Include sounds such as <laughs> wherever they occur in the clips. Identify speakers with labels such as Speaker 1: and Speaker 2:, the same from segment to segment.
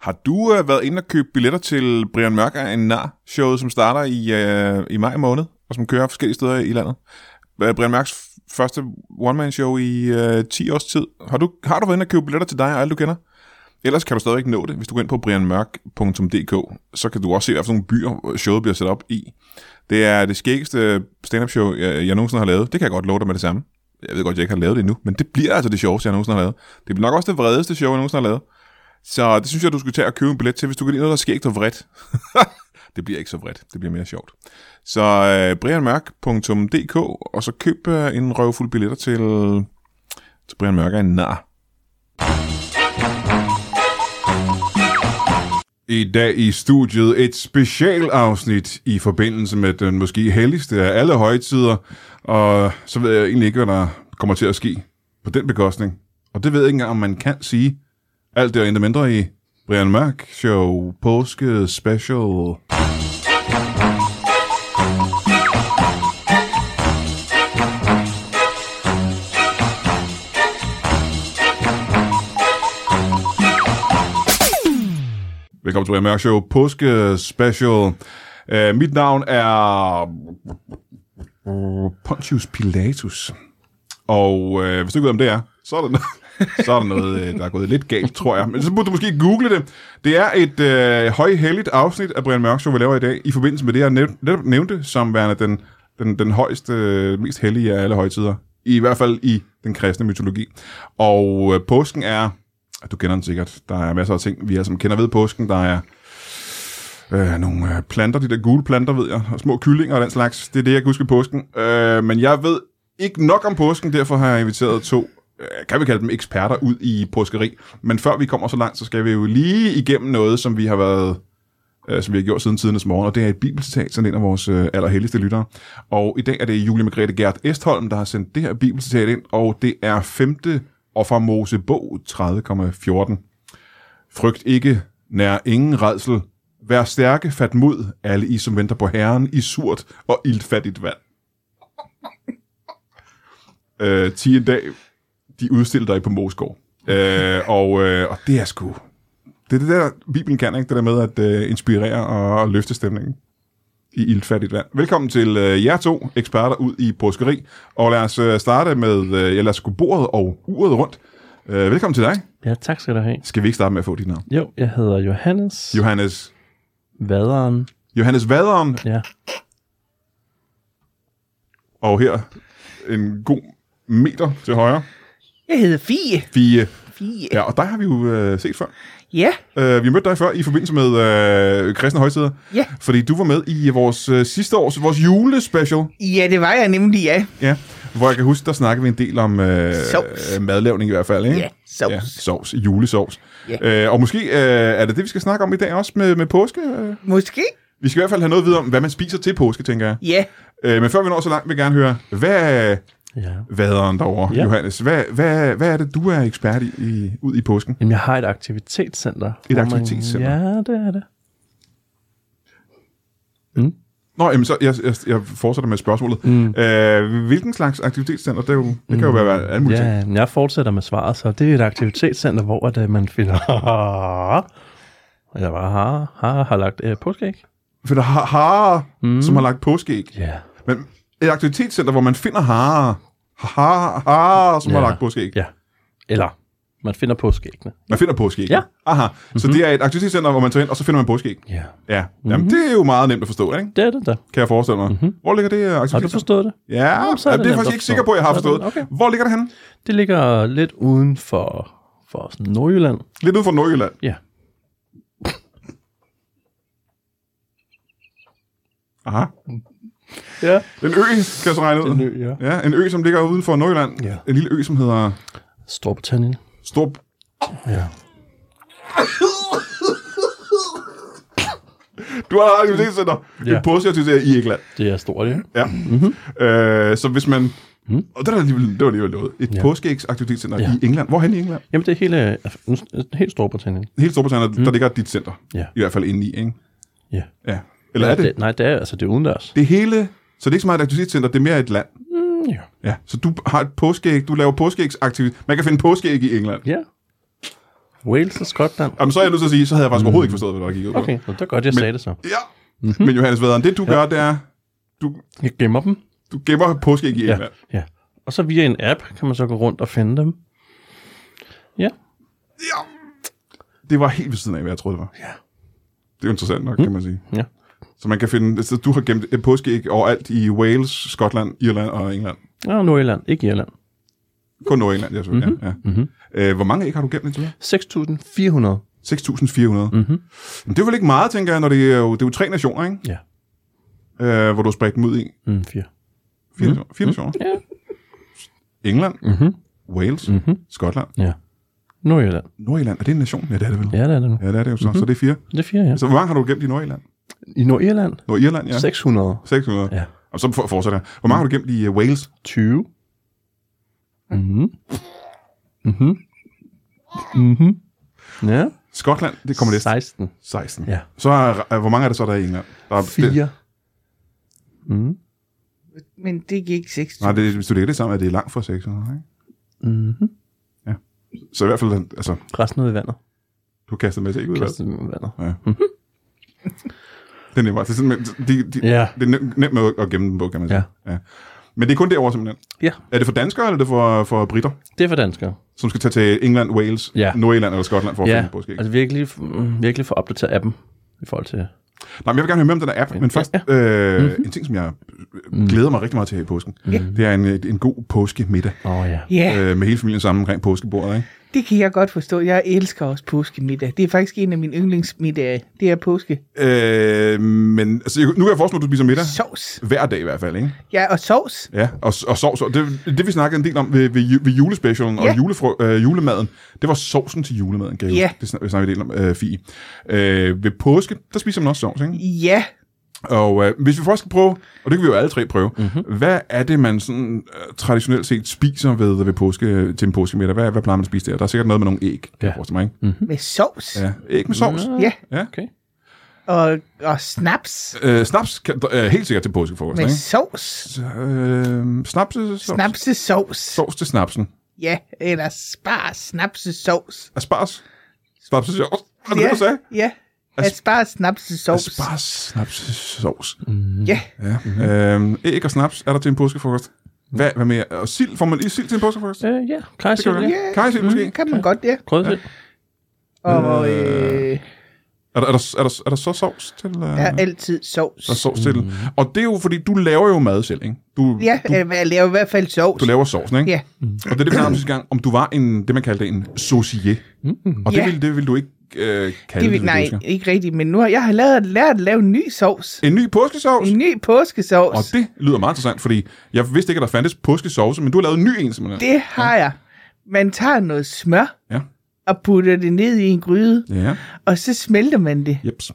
Speaker 1: Har du øh, været inde og købe billetter til Brian Mørk er en nar showet som starter i, øh, i maj måned, og som kører forskellige steder i landet? Øh, Brian Mørks f- første one-man-show i øh, 10 års tid. Har du, har du været inde og købe billetter til dig og alle, du kender? Ellers kan du stadigvæk nå det, hvis du går ind på brianmørk.dk, så kan du også se, hvad for nogle byer øh, showet bliver sat op i. Det er det skæggeste stand-up show, jeg, jeg nogensinde har lavet. Det kan jeg godt love dig med det samme. Jeg ved godt, jeg ikke har lavet det endnu, men det bliver altså det sjoveste, jeg nogensinde har lavet. Det bliver nok også det vredeste show, jeg nogensinde har lavet. Så det synes jeg, du skulle tage og købe en billet til, hvis du kan lide noget, der er skægt og vredt. <laughs> det bliver ikke så vredt, det bliver mere sjovt. Så øh, brianmørk.dk, og så køb øh, en røvfuld billetter til, til Brian Mørk er en nar. I dag i studiet et specialafsnit i forbindelse med den måske helligste af alle højtider, og så ved jeg egentlig ikke, hvad der kommer til at ske på den bekostning. Og det ved jeg ikke engang, om man kan sige. Alt det og intet mindre i Brian Mørk Show Påske Special. Velkommen til Brian Mørk Show Påske Special. Uh, mit navn er Pontius Pilatus. Og uh, hvis du ikke ved, om det er, så er der, no- så er der noget, <laughs> øh, der er gået lidt galt, tror jeg. Men så burde du måske google det. Det er et uh, højhelligt afsnit af Brian Mørk Show, vi laver i dag, i forbindelse med det, jeg næv- netop nævnte, som værende den, den, den højeste, øh, mest hellige af alle højtider. I hvert fald i den kristne mytologi. Og øh, påsken er og Du kender den sikkert. Der er masser af ting, vi alle sammen kender ved påsken. Der er øh, nogle øh, planter, de der gule planter, ved jeg, og små kyllinger og den slags. Det er det, jeg kan huske i påsken. Øh, men jeg ved ikke nok om påsken, derfor har jeg inviteret to, øh, kan vi kalde dem eksperter, ud i påskeri. Men før vi kommer så langt, så skal vi jo lige igennem noget, som vi har været øh, som vi har gjort siden tidernes morgen, og det er et bibelcitat, sendt ind af vores øh, allerhelligste lyttere. Og i dag er det Julie Margrethe Gert Estholm, der har sendt det her bibelcitat ind, og det er 5. og fra Mosebog 30,14. Frygt ikke, nær ingen redsel. Vær stærke, fat mod, alle I, som venter på Herren, i surt og iltfattigt vand. <laughs> øh, 10 en dag, de udstiller dig på Mosgård. Øh, og, øh, og det er sgu... Det er det der, Bibelen kan, ikke? Det der med at øh, inspirere og løfte stemningen i ildfattigt vand. Velkommen til øh, jer to, eksperter ud i påskeri. Og lad os øh, starte med, øh, ja, lad os gå bordet og uret rundt. Øh, velkommen til dig.
Speaker 2: Ja, tak skal du have.
Speaker 1: Skal vi ikke starte med at få dit navn?
Speaker 2: Jo, jeg hedder Johannes jo.
Speaker 1: Johannes.
Speaker 2: Vaderen.
Speaker 1: Johannes Vaderen,
Speaker 2: Ja.
Speaker 1: og her en god meter til højre.
Speaker 3: Jeg hedder Fie.
Speaker 1: Fie.
Speaker 3: Fie.
Speaker 1: Ja, og dig har vi jo øh, set før.
Speaker 3: Ja,
Speaker 1: Øh, vi mødte dig før i forbindelse med øh, Kristne Højtider.
Speaker 3: Ja.
Speaker 1: Fordi du var med i vores øh, sidste års, vores julespecial.
Speaker 3: ja det var jeg nemlig, ja.
Speaker 1: Ja, hvor jeg kan huske, der snakkede vi en del om øh,
Speaker 3: Sovs.
Speaker 1: øh, madlavning i hvert fald, ikke?
Speaker 3: Ja, sovs.
Speaker 1: sovs, julesovs.
Speaker 3: Ja.
Speaker 1: Øh, og måske øh, er det det, vi skal snakke om i dag også med, med påske. øh.
Speaker 3: Måske?
Speaker 1: Vi skal i hvert fald have noget at vide om, hvad man spiser til påske, tænker jeg.
Speaker 3: Ja.
Speaker 1: Øh, men før vi når så langt, vil jeg gerne høre, hvad er
Speaker 2: Ja.
Speaker 1: vaderen derovre, ja.
Speaker 2: Ja.
Speaker 1: Johannes? Hvad, hvad, hvad er det, du er ekspert i, i ud i påsken?
Speaker 2: Jamen, jeg har et aktivitetscenter. hvor man-
Speaker 1: aktivitetscenter?
Speaker 2: Ja, det er det.
Speaker 1: Nå, jamen, så jeg, jeg, jeg fortsætter med spørgsmålet. Mm. Øh, hvilken slags aktivitetscenter? Det, er jo, det kan jo være alle mulige ting.
Speaker 2: Mm. Ja, men jeg fortsætter med svaret, så det er et aktivitetscenter, hvor at, øh, man finder... Eller bare har, har, har lagt øh, påskeæg.
Speaker 1: For der har harer, mm. som har lagt påskeæg.
Speaker 2: Ja.
Speaker 1: Men et aktivitetscenter, hvor man finder harer, harer, harer som ja. har
Speaker 2: Ja.
Speaker 1: lagt påskeæg.
Speaker 2: Ja. Eller man finder påskeæggene.
Speaker 1: Man finder påskeæg.
Speaker 2: Ja. Mhm.
Speaker 1: Aha. Mm-hmm. Så det er et aktivitetscenter, hvor man tager ind, og så finder man påskeæg.
Speaker 2: Ja.
Speaker 1: Ja.
Speaker 2: Mhm.
Speaker 1: Jamen, mm-hmm. det er jo meget nemt at forstå, ikke?
Speaker 2: Det er det der.
Speaker 1: Kan jeg forestille mig. Mm-hmm. Hvor ligger det øh,
Speaker 2: Mhm. Har du
Speaker 1: aktivitetscenter?
Speaker 2: forstået det?
Speaker 1: Ja,
Speaker 2: Nå, så er
Speaker 1: Jamen,
Speaker 2: det
Speaker 1: det er jeg
Speaker 2: nemt
Speaker 1: faktisk
Speaker 2: at
Speaker 1: ikke
Speaker 2: forstå.
Speaker 1: sikker på, at jeg har
Speaker 2: Så er
Speaker 1: forstået.
Speaker 2: det-
Speaker 1: Okay.
Speaker 2: okay.
Speaker 1: Hvor ligger det henne?
Speaker 2: Det ligger lidt uden for, for sådan Nordjylland.
Speaker 1: Lidt ude for Nordjylland.
Speaker 2: Ja.
Speaker 1: Aha.
Speaker 2: Ja.
Speaker 1: En ø, kan jeg så regne ud.
Speaker 2: En ø, ja.
Speaker 1: ja. en ø, som ligger uden for Nordjylland.
Speaker 2: Ja.
Speaker 1: En lille ø, som hedder
Speaker 2: Storbritannien.
Speaker 1: Strup.
Speaker 2: Ja.
Speaker 1: Du har et aktivitetscenter. Ja.
Speaker 2: Ja. Mhm.
Speaker 1: Et påskeaktivitetscenter i England.
Speaker 2: Det er stort, ja.
Speaker 1: Ja. Mm-hmm. Øh, så hvis man... Mm. Og det var alligevel, det var alligevel noget. Et ja.
Speaker 2: Mhm. Ja.
Speaker 1: påskeægsaktivitetscenter ja.
Speaker 2: Ja.
Speaker 1: i England. Hvorhen i England?
Speaker 2: Jamen, det er hele, altså, nu- helt Storbritannien.
Speaker 1: Hele Storbritannien, mm. der ligger dit center.
Speaker 2: Mhm. Ja.
Speaker 1: I hvert fald inde i, ikke?
Speaker 2: Ja.
Speaker 1: Ja. Eller er det?
Speaker 2: Nej, det er altså det er udendørs.
Speaker 1: Det er hele... Så det er ikke så meget et aktivitetscenter, det er mere et land.
Speaker 2: Mm, ja.
Speaker 1: Ja. Så du har et påskeæg, du laver påskeægsaktivitet. Man kan finde påskeæg i England.
Speaker 2: ja. Wales og Skotland.
Speaker 1: Jamen, så er jeg nødt til at sige, så havde jeg faktisk overhovedet ikke forstået, hvad der gik ud på.
Speaker 2: Mm. Okay, nå, det var godt, jeg sagde det så.
Speaker 1: Ja. Mm-hmm. Men Johannes Vederen, det du gør, det er, du,
Speaker 2: Jeg gemmer dem.
Speaker 1: du gemmer påskeæg i ja.
Speaker 2: Ja, ja. Og så via en app kan man så gå rundt og finde dem. Ja,
Speaker 1: ja. Det var helt ved siden af, hvad jeg troede, det var.
Speaker 2: Ja.
Speaker 1: Det er jo interessant nok, mm. kan man sige.
Speaker 2: ja.
Speaker 1: Så man kan finde, så du har gemt et påskeæg overalt i Wales, Skotland, Irland og England.
Speaker 2: Og Nordjylland, ikke Irland.
Speaker 1: Kun Nordengland, jeg synes. Mm-hmm. Ja, ja. Mm-hmm. Øh, hvor mange æg har du gemt indtil videre?
Speaker 2: 6.400.
Speaker 1: 6.400. Mm-hmm. Men det er vel ikke meget, tænker jeg, når det er jo, det er jo tre nationer, ikke?
Speaker 2: Ja,
Speaker 1: Øh, hvor du har spredt dem ud i.
Speaker 2: mm, fire.
Speaker 1: Fire, mm-hmm. fire nationer.
Speaker 2: Ja.
Speaker 1: England, mm-hmm. Wales, mm-hmm. Skotland,
Speaker 2: ja. Nordjylland.
Speaker 1: Nordjylland. Er det en nation? Ja, det er det vel.
Speaker 2: Ja, det er det nu.
Speaker 1: ja det er det jo så. Mm-hmm. Så det er fire.
Speaker 2: Det er fire, ja.
Speaker 1: Så hvor mange har du gemt i Nordjylland?
Speaker 2: I Nordjylland,
Speaker 1: Nordirland, ja.
Speaker 2: 620.
Speaker 1: 600.
Speaker 2: Ja.
Speaker 1: Og så for- fortsætter jeg. Hvor mange har du gemt i uh, Wales?
Speaker 2: Mhm. Mhm. Mhm. Ja.
Speaker 1: Skotland, det kommer næste.
Speaker 2: 16.
Speaker 1: 16.
Speaker 2: Ja.
Speaker 1: Så er, uh, hvor mange er det så, der er i England? Der er, Det,
Speaker 2: 4. Mhm.
Speaker 3: Men det gik 6.
Speaker 1: nej, det, hvis du lægger det sammen, er det langt fra 600, ikke?
Speaker 2: Mhm.
Speaker 1: Så i hvert fald, altså,
Speaker 2: Resten ud i vandet.
Speaker 1: du kaster en masse æg ud. Kastet.
Speaker 2: Resten ud i vandet.
Speaker 1: Det er nemt, det er simpelthen, de, de,
Speaker 2: Ja.
Speaker 1: det er nemt, nemt med at gemme dem på, kan man sige. Ja. ja. Men det er kun derovre, simpelthen.
Speaker 2: Ja,
Speaker 1: Er det for danskere, eller er det for, for britter,
Speaker 2: det er for danskere.
Speaker 1: som skal tage til England, Wales,
Speaker 2: Ja.
Speaker 1: Nordirland eller Skotland for at ja.
Speaker 2: Ja,
Speaker 1: finde påskeæg?
Speaker 2: altså virkelig, mm, virkelig få opdateret appen i forhold til...
Speaker 1: Nej, men jeg vil gerne høre mere om den der app, men først ja. øh, mm-hmm. en ting, som jeg øh, glæder mig rigtig meget til her i påsken. Mm-hmm. Det er en, øh, en god påskemiddag
Speaker 2: Åh oh, ja.
Speaker 3: Ja,
Speaker 1: øh, med hele familien sammen omkring påskebordet. Ikke?
Speaker 3: det kan jeg godt forstå. Jeg elsker også påskemiddag. Det er faktisk en af mine yndlingsmiddage. Det er påske.
Speaker 1: Øh, men altså, jeg- nu kan jeg forestille mig, at du spiser middag
Speaker 3: Sovs.
Speaker 1: hver dag i hvert fald. Ikke?
Speaker 3: Ja, og sovs.
Speaker 1: Ja, og, og sovs. Og det, det vi snakkede en del om ved, ved, ju- ved julespecialen ja.
Speaker 3: Ja.
Speaker 1: og julefrø, øh, julemaden, det var sovsen til julemaden, kan jeg
Speaker 3: Ja.
Speaker 1: huske. Det snak- vi snakkede en del om, øh, Fie. Øh, ved påske, der spiser man også sovs, ikke?
Speaker 3: Ja,
Speaker 1: Og øh, hvis vi først skal prøve, og det kan vi jo alle tre prøve, mm-hmm. hvad er det, man sådan, øh, traditionelt set spiser ved, ved påske, til en påskemiddag? Hvad, hvad plejer man at spise der? Der er sikkert noget med nogle æg, kan
Speaker 2: Ja.
Speaker 1: jeg forestille mig, ikke? Mm.
Speaker 3: med sovs. Ja,
Speaker 1: Ja, æg med sovs.
Speaker 2: Mm.
Speaker 1: Mm.
Speaker 3: ja
Speaker 2: Okay.
Speaker 3: og, og snaps
Speaker 1: Øh, snaps, kan, øh, helt sikkert til påskefrokosten,
Speaker 3: med
Speaker 1: ikke?
Speaker 3: sovs.
Speaker 1: Så, Øh, snaps, til sovs.
Speaker 3: Snapsesovs.
Speaker 1: Sovs til snapsen.
Speaker 3: Ja, eller spar snapsesovs.
Speaker 1: Aspars. Snaps til sovs. Var det
Speaker 3: Ja,
Speaker 1: det, du sagde?
Speaker 3: ja.
Speaker 1: As-
Speaker 3: Aspar snapsesovs.
Speaker 1: Aspars, snaps til sovs.
Speaker 3: Ja,
Speaker 1: Ja. Mm-hmm. Øh, æg og snaps er der til en påskefrokost. Hvad, hvad mere? Og sild, får man i sild til en påskefrokost?
Speaker 2: Øh, ja, kajsild,
Speaker 1: Det kan
Speaker 2: ja.
Speaker 1: man. Kajsild måske?
Speaker 3: Mm, det kan man godt, ja.
Speaker 2: Grødsild.
Speaker 3: Og øh,
Speaker 1: Er der, er, der, er, der, er der så sovs til? Uh,
Speaker 3: der
Speaker 1: ja,
Speaker 3: er altid
Speaker 1: der er
Speaker 3: sovs.
Speaker 1: sovs til. Og det er jo, fordi du laver jo mad selv, ikke? Du,
Speaker 3: Ja,
Speaker 1: du,
Speaker 3: eller jeg laver i hvert fald sovs.
Speaker 1: du laver sovsen, ikke?
Speaker 3: Ja.
Speaker 1: Og det er det, vi snakkede om sidste gang, om du var en, det, man kaldte en saucier. Mm-hmm. Og det,
Speaker 3: Ja.
Speaker 1: ville, det ville du ikke øh, kalde
Speaker 3: Det
Speaker 1: det,
Speaker 3: vil,
Speaker 1: hvis
Speaker 3: nej,
Speaker 1: du husker.
Speaker 3: ikke rigtigt, men nu har jeg har lært, lært at lave en ny sovs.
Speaker 1: En ny påskesovs?
Speaker 3: En ny påskesovs.
Speaker 1: Og det lyder meget interessant, fordi jeg vidste ikke, at der fandtes påskesovse, men du har lavet en ny en, simpelthen.
Speaker 3: Det har jeg. Man tager noget smør
Speaker 1: Ja.
Speaker 3: og putter det ned i en gryde,
Speaker 1: Ja,
Speaker 3: og så smelter man det.
Speaker 1: jeps.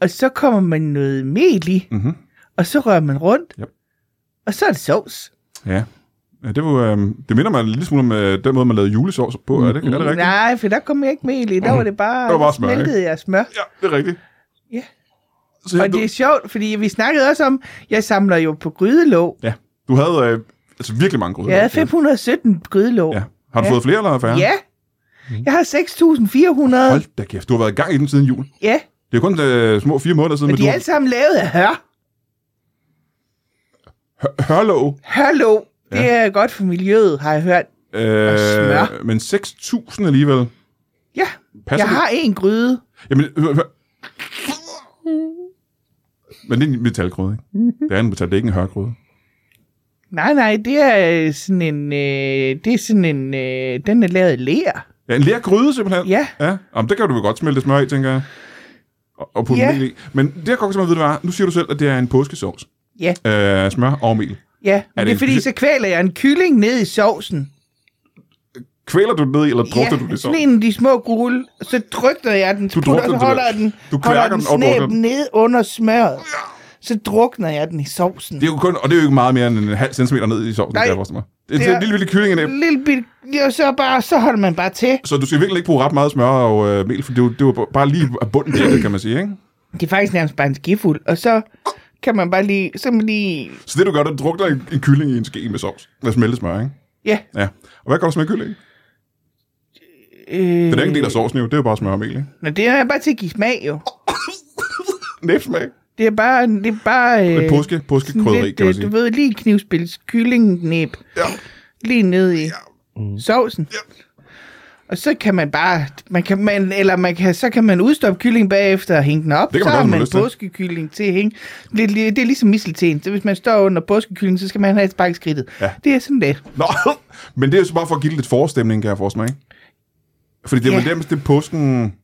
Speaker 3: Og så kommer man noget mel i,
Speaker 1: Mhm.
Speaker 3: og så rører man rundt,
Speaker 1: Yep.
Speaker 3: og så er det sovs.
Speaker 1: Ja. ja det, var, øh, det minder mig en lille smule om øh, den måde, man lavede julesovs på. Er det,
Speaker 3: Mm.
Speaker 1: er det rigtigt?
Speaker 3: Nej, for der kom jeg ikke mel i, der var det bare,
Speaker 1: Det var bare smør, ikke?
Speaker 3: smeltede jeg smør.
Speaker 1: Ja, det er rigtigt.
Speaker 3: Ja.
Speaker 1: Så,
Speaker 3: Og
Speaker 1: du-
Speaker 3: det er sjovt, fordi vi snakkede også om, jeg samler jo på grydelåg.
Speaker 1: Ja. Du havde øh, altså virkelig mange gryder.
Speaker 3: Jeg havde 517 grydelåg.
Speaker 1: Ja. Har du
Speaker 3: Ja.
Speaker 1: fået flere eller færre?
Speaker 3: Ja. Jeg har 6.400.
Speaker 1: Hold da kæft, du har været i gang i den siden jul.
Speaker 3: Ja,
Speaker 1: Det er kun øh, små fire måneder siden,
Speaker 3: men
Speaker 1: men,
Speaker 3: de
Speaker 1: du
Speaker 3: er
Speaker 1: har
Speaker 3: alle sammen lavet af hør.
Speaker 1: hørlov.
Speaker 3: Hørlåg. Det er godt for miljøet, har jeg hørt. Og smør.
Speaker 1: Øh, men 6.000 alligevel.
Speaker 3: Ja,
Speaker 1: Passer
Speaker 3: jeg
Speaker 1: det?
Speaker 3: har en gryde.
Speaker 1: Jamen, hør, hør. Men det er en metalgryde, ikke?
Speaker 3: Mhm.
Speaker 1: Det er en metal, det er ikke en hørgryde.
Speaker 3: Nej, nej, det er øh, sådan en... Øh, det er sådan en... Øh, den er lavet af ler.
Speaker 1: Ja, en lærgryde simpelthen.
Speaker 3: Ja.
Speaker 1: ja. Jamen, det kan du vel godt smelte smør i, tænker jeg. Og, og putte
Speaker 3: Ja.
Speaker 1: mel i. Men det, jeg godt kan vide, det var, nu siger du selv, at det er en påskesovs.
Speaker 3: Ja,
Speaker 1: Øh, smør og mel.
Speaker 3: ja. Men
Speaker 1: det
Speaker 3: det, det
Speaker 1: en
Speaker 3: er fordi,
Speaker 1: speciel-
Speaker 3: så kvæler jeg en kylling ned i sovsen.
Speaker 1: Kvæler du det ned i, eller drukter du det i
Speaker 3: sådan
Speaker 1: sovsen?
Speaker 3: en af de små gule. Så drukner jeg den.
Speaker 1: Du
Speaker 3: putter-
Speaker 1: drukner
Speaker 3: så
Speaker 1: den,
Speaker 3: holder jeg
Speaker 1: simpelthen.
Speaker 3: den.
Speaker 1: Du
Speaker 3: holder
Speaker 1: kværker
Speaker 3: den,
Speaker 1: den og drukner
Speaker 3: snæb
Speaker 1: den.
Speaker 3: ned under smøret. Så drukner jeg den i sovsen.
Speaker 1: Det er jo kun, og det er jo ikke meget mere end en halv centimeter ned i sovsen,
Speaker 3: Nej.
Speaker 1: kan jeg forestille mig. Det er,
Speaker 3: Det
Speaker 1: det er
Speaker 3: er-
Speaker 1: en lille, lille kylling i det.
Speaker 3: Lille bit, ja, så, bare, så holder man bare til.
Speaker 1: Så du skal virkelig ikke bruge ret meget smør og øh, mel, for det er jo- det var bare lige af bunden til det, kan man sige, ikke?
Speaker 3: Det er faktisk nærmest bare en skefuld. Og så kan man bare lige... Så man lige
Speaker 1: Så det, du gør, det er, du drukner en, en kylling i en ske med sovs. Lad os smelte smør, ikke?
Speaker 3: ja,
Speaker 1: Ja. Og hvad gør du så med kylling?
Speaker 3: Øh,
Speaker 1: Den er ikke en del af sovsen jo, det er jo bare smørmel, ikke?
Speaker 3: Nå, det er bare til at give smag, jo.
Speaker 1: Næbsmag.
Speaker 3: Det er bare... Det er bare
Speaker 1: Med
Speaker 3: øh,
Speaker 1: påske,
Speaker 3: sådan
Speaker 1: påskekrydderi,
Speaker 3: lidt,
Speaker 1: kan man
Speaker 3: øh,
Speaker 1: sige.
Speaker 3: Du ved, lige knivspils kyllingnæb.
Speaker 1: Ja,
Speaker 3: lige ned i ja. sovsen. Ja. Og så kan man bare, man kan, man, eller man kan, så kan man udstoppe kylling bagefter og hænge den op.
Speaker 1: Det kan man
Speaker 3: så
Speaker 1: gøre,
Speaker 3: har
Speaker 1: når man
Speaker 3: man
Speaker 1: har lyst til.
Speaker 3: påskekylling til at hænge. Det, er li- det er ligesom mistelten. Så hvis man står under påskekylling, så skal man have et spark i skridtet.
Speaker 1: Ja.
Speaker 3: Det er sådan det.
Speaker 1: Nå, <laughs> men det er jo så bare for at give det lidt forestemning, kan jeg forestille mig, ikke? Fordi det er vel
Speaker 3: Ja.
Speaker 1: nærmest det, påsken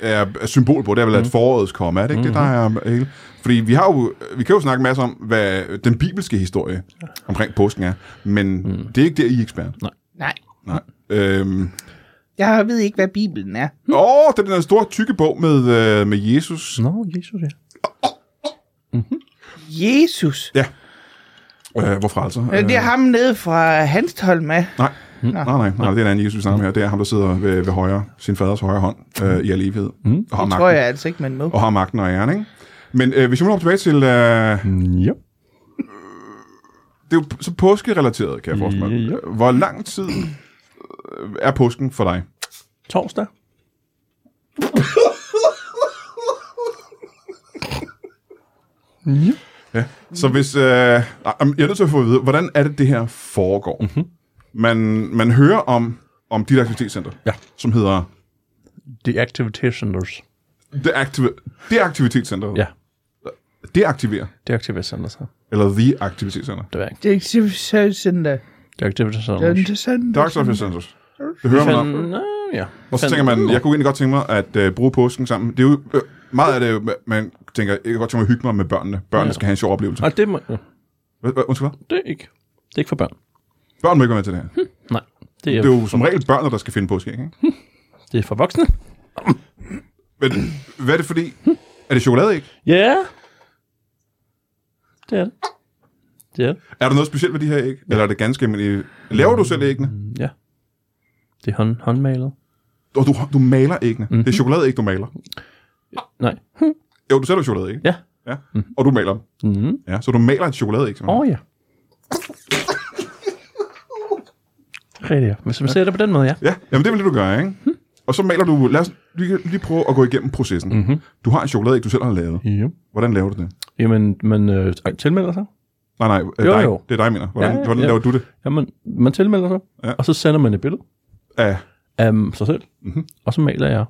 Speaker 1: er er symbol på, det er
Speaker 3: Mm.
Speaker 1: vel, at forårets komme, er det ikke
Speaker 3: Mm-hmm.
Speaker 1: det, der er hele? Fordi vi, har jo, vi kan jo snakke en masse om, hvad den bibelske historie omkring påsken er, men det er ikke der, I er ekspert. Nej.
Speaker 3: Mm. Nej,
Speaker 1: Nej. Øhm,
Speaker 3: jeg ved ikke, hvad Bibelen er.
Speaker 1: åh, det er den der store, tykke bog med, øh, med Jesus.
Speaker 2: Nå, Jesus, ja.
Speaker 3: Jesus.
Speaker 1: Ja. Øh, hvorfor altså?
Speaker 3: Øh. Det er ham Mm. nede fra Hanstholm af.
Speaker 1: Nej. Nej, nej, nej, det er en anden Jesus, vi
Speaker 3: Mm.
Speaker 1: snakker om her. Det er ham, der sidder ved, ved højre, sin faders højre hånd øh, i al evighed. Mm. Og, har
Speaker 3: Tror
Speaker 1: magten,
Speaker 3: jeg altså ikke, man må.
Speaker 1: og har magten og æren, ikke? Men øh, hvis vi nu hopper tilbage til... Øh,
Speaker 2: Ja.
Speaker 1: det er jo så påskerelateret, kan jeg forestille mig.
Speaker 2: Ja.
Speaker 1: Hvor lang tid øh, er påsken for dig?
Speaker 2: Torsdag. ja.
Speaker 1: Ja. Så hvis... Øh, nej, men jeg er nødt til at få at vide, hvordan er det, det her foregår?
Speaker 2: Mhm.
Speaker 1: Mm-hmm. Man, man hører om, om dit aktivitetscenter,
Speaker 2: Ja.
Speaker 1: som hedder
Speaker 2: The Activity Centers.
Speaker 1: The, Activ- det Aktivitetscenter.
Speaker 2: Ja,
Speaker 1: Det aktiverer.
Speaker 2: The Activity Centers. ja.
Speaker 1: Eller The Aktivitetscenter.
Speaker 2: Det ved jeg ikke.
Speaker 3: Det er ikke så sådan der.
Speaker 2: The Activity Centers.
Speaker 3: Det er ikke sådan
Speaker 1: The
Speaker 3: der.
Speaker 1: Aktivitetscenter. Det hører man om.
Speaker 2: Fandt, Nå, øh, ja.
Speaker 1: Og så
Speaker 2: Fandt-
Speaker 1: tænker man, jeg kunne egentlig godt tænke mig at øh, bruge påsken sammen. Det er jo, øh, meget af det, er jo, man tænker, jeg kunne godt tænke mig at hygge mig med børnene. Børnene ja. skal have en sjov oplevelse.
Speaker 2: Nej, det, må, ja,
Speaker 1: Hvad- hvad- Undskyld hvad?
Speaker 2: det er ikke. Det er ikke for børn.
Speaker 1: Børn må ikke være med til det her.
Speaker 2: Nej, det er,
Speaker 1: Det er jo som regel børnene, der skal finde påske, ikke?
Speaker 2: det er for voksne.
Speaker 1: Men hvad er det fordi? Er det chokolade, ikke?
Speaker 2: Ja. Det er det. Det er det.
Speaker 1: Er der noget specielt ved de her æg? Eller er det ganske almindelige? Laver du selv æggene?
Speaker 2: Ja. Det er hånd, håndmalet.
Speaker 1: Og du, du maler æggene.
Speaker 2: Mhm.
Speaker 1: Mm-hmm. Det er chokoladeæg, du maler.
Speaker 2: Nej.
Speaker 1: Jo, du sælger chokoladeæg.
Speaker 2: Ja.
Speaker 1: ja. Mm-hmm. Og du maler dem.
Speaker 2: Åh mm.
Speaker 1: Ja, så du maler et chokoladeæg. simpelthen.
Speaker 2: oh, ja. Rigtig, ja. Hvis man ser det på den måde, ja. Mhm.
Speaker 1: Ja, jamen det er vel det, du gør, ikke? Og så maler du, lad os lige, lige prøve at gå igennem processen.
Speaker 2: Mhm.
Speaker 1: Mm-hmm. Du har en chokoladeæg, du selv har lavet.
Speaker 2: Jo.
Speaker 1: Hvordan laver du det?
Speaker 2: Jamen, man øh, ej, tilmelder sig.
Speaker 1: Nej, nej, øh,
Speaker 2: Jo,
Speaker 1: dig.
Speaker 2: jo.
Speaker 1: det er dig, jeg mener. Hvordan,
Speaker 2: Ja,
Speaker 1: ja,
Speaker 2: ja,
Speaker 1: hvordan
Speaker 2: ja.
Speaker 1: laver du det?
Speaker 2: Jamen, man tilmelder sig,
Speaker 1: Ja.
Speaker 2: ja. og så sender man et billede
Speaker 1: Af,
Speaker 2: af sig selv. Mm-hmm. Og så maler jeg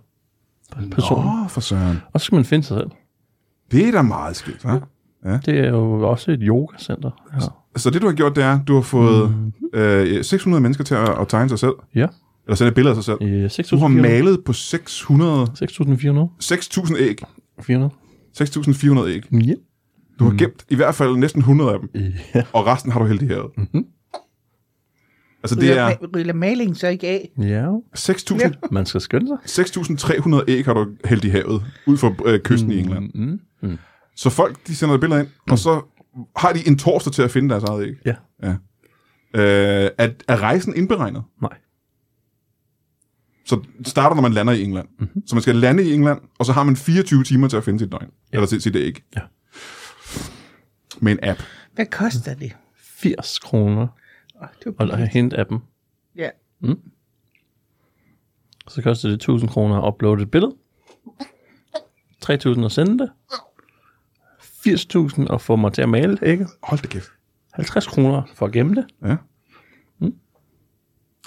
Speaker 2: personen.
Speaker 1: åh, for søren.
Speaker 2: Og så skal man finde sig selv.
Speaker 1: Det er da meget skidt, hva'?
Speaker 2: Det er jo også et yogacenter. Ja.
Speaker 1: Så det, du har gjort, det er, du har fået mm-hmm. øh, 600 mennesker til at, at tegne sig selv.
Speaker 2: Mhm. ja.
Speaker 1: Eller sende et billede af sig selv.
Speaker 2: Øh,
Speaker 1: Du har
Speaker 2: 6.400.
Speaker 1: malet på 600...
Speaker 2: 6.400.
Speaker 1: 6.000 æg.
Speaker 2: 400.
Speaker 1: 6.400 æg.
Speaker 2: Ja.
Speaker 1: Du
Speaker 2: Mhm.
Speaker 1: har gemt i hvert fald næsten 100 af dem.
Speaker 2: Ja.
Speaker 1: Og resten har du hældt i havet.
Speaker 2: Mhm.
Speaker 1: Altså, det er
Speaker 3: Ryller, ma- ryller malingen så ikke af?
Speaker 2: ja.
Speaker 1: 6.000
Speaker 2: Man skal skynde sig.
Speaker 1: 6.300 æg har du hældt i havet, ud for øh, kysten mm. i England.
Speaker 2: Mm.
Speaker 1: Så folk, de sender billeder ind, og så har de en torsdag til at finde deres eget æg.
Speaker 2: Ja.
Speaker 1: ja. Øh, er, er rejsen indberegnet?
Speaker 2: Nej.
Speaker 1: Så det starter, når man lander i England.
Speaker 2: Mhm.
Speaker 1: Mm-hmm. Så man skal lande i England, og så har man 24 timer til at finde sit døgn. Ja. Eller sit, sit æg.
Speaker 2: Ja.
Speaker 1: Med en app.
Speaker 3: Hvad koster det?
Speaker 2: 80 kroner.
Speaker 3: Åh, det
Speaker 2: Og
Speaker 3: var
Speaker 2: der er hent af dem.
Speaker 3: Ja.
Speaker 2: Så koster det 1000 kroner at uploade et billede. 3000 at sende det. 80.000 at få mig til at male ikke?
Speaker 1: Hold da kæft.
Speaker 2: 50 kroner for at gemme det.
Speaker 1: Ja.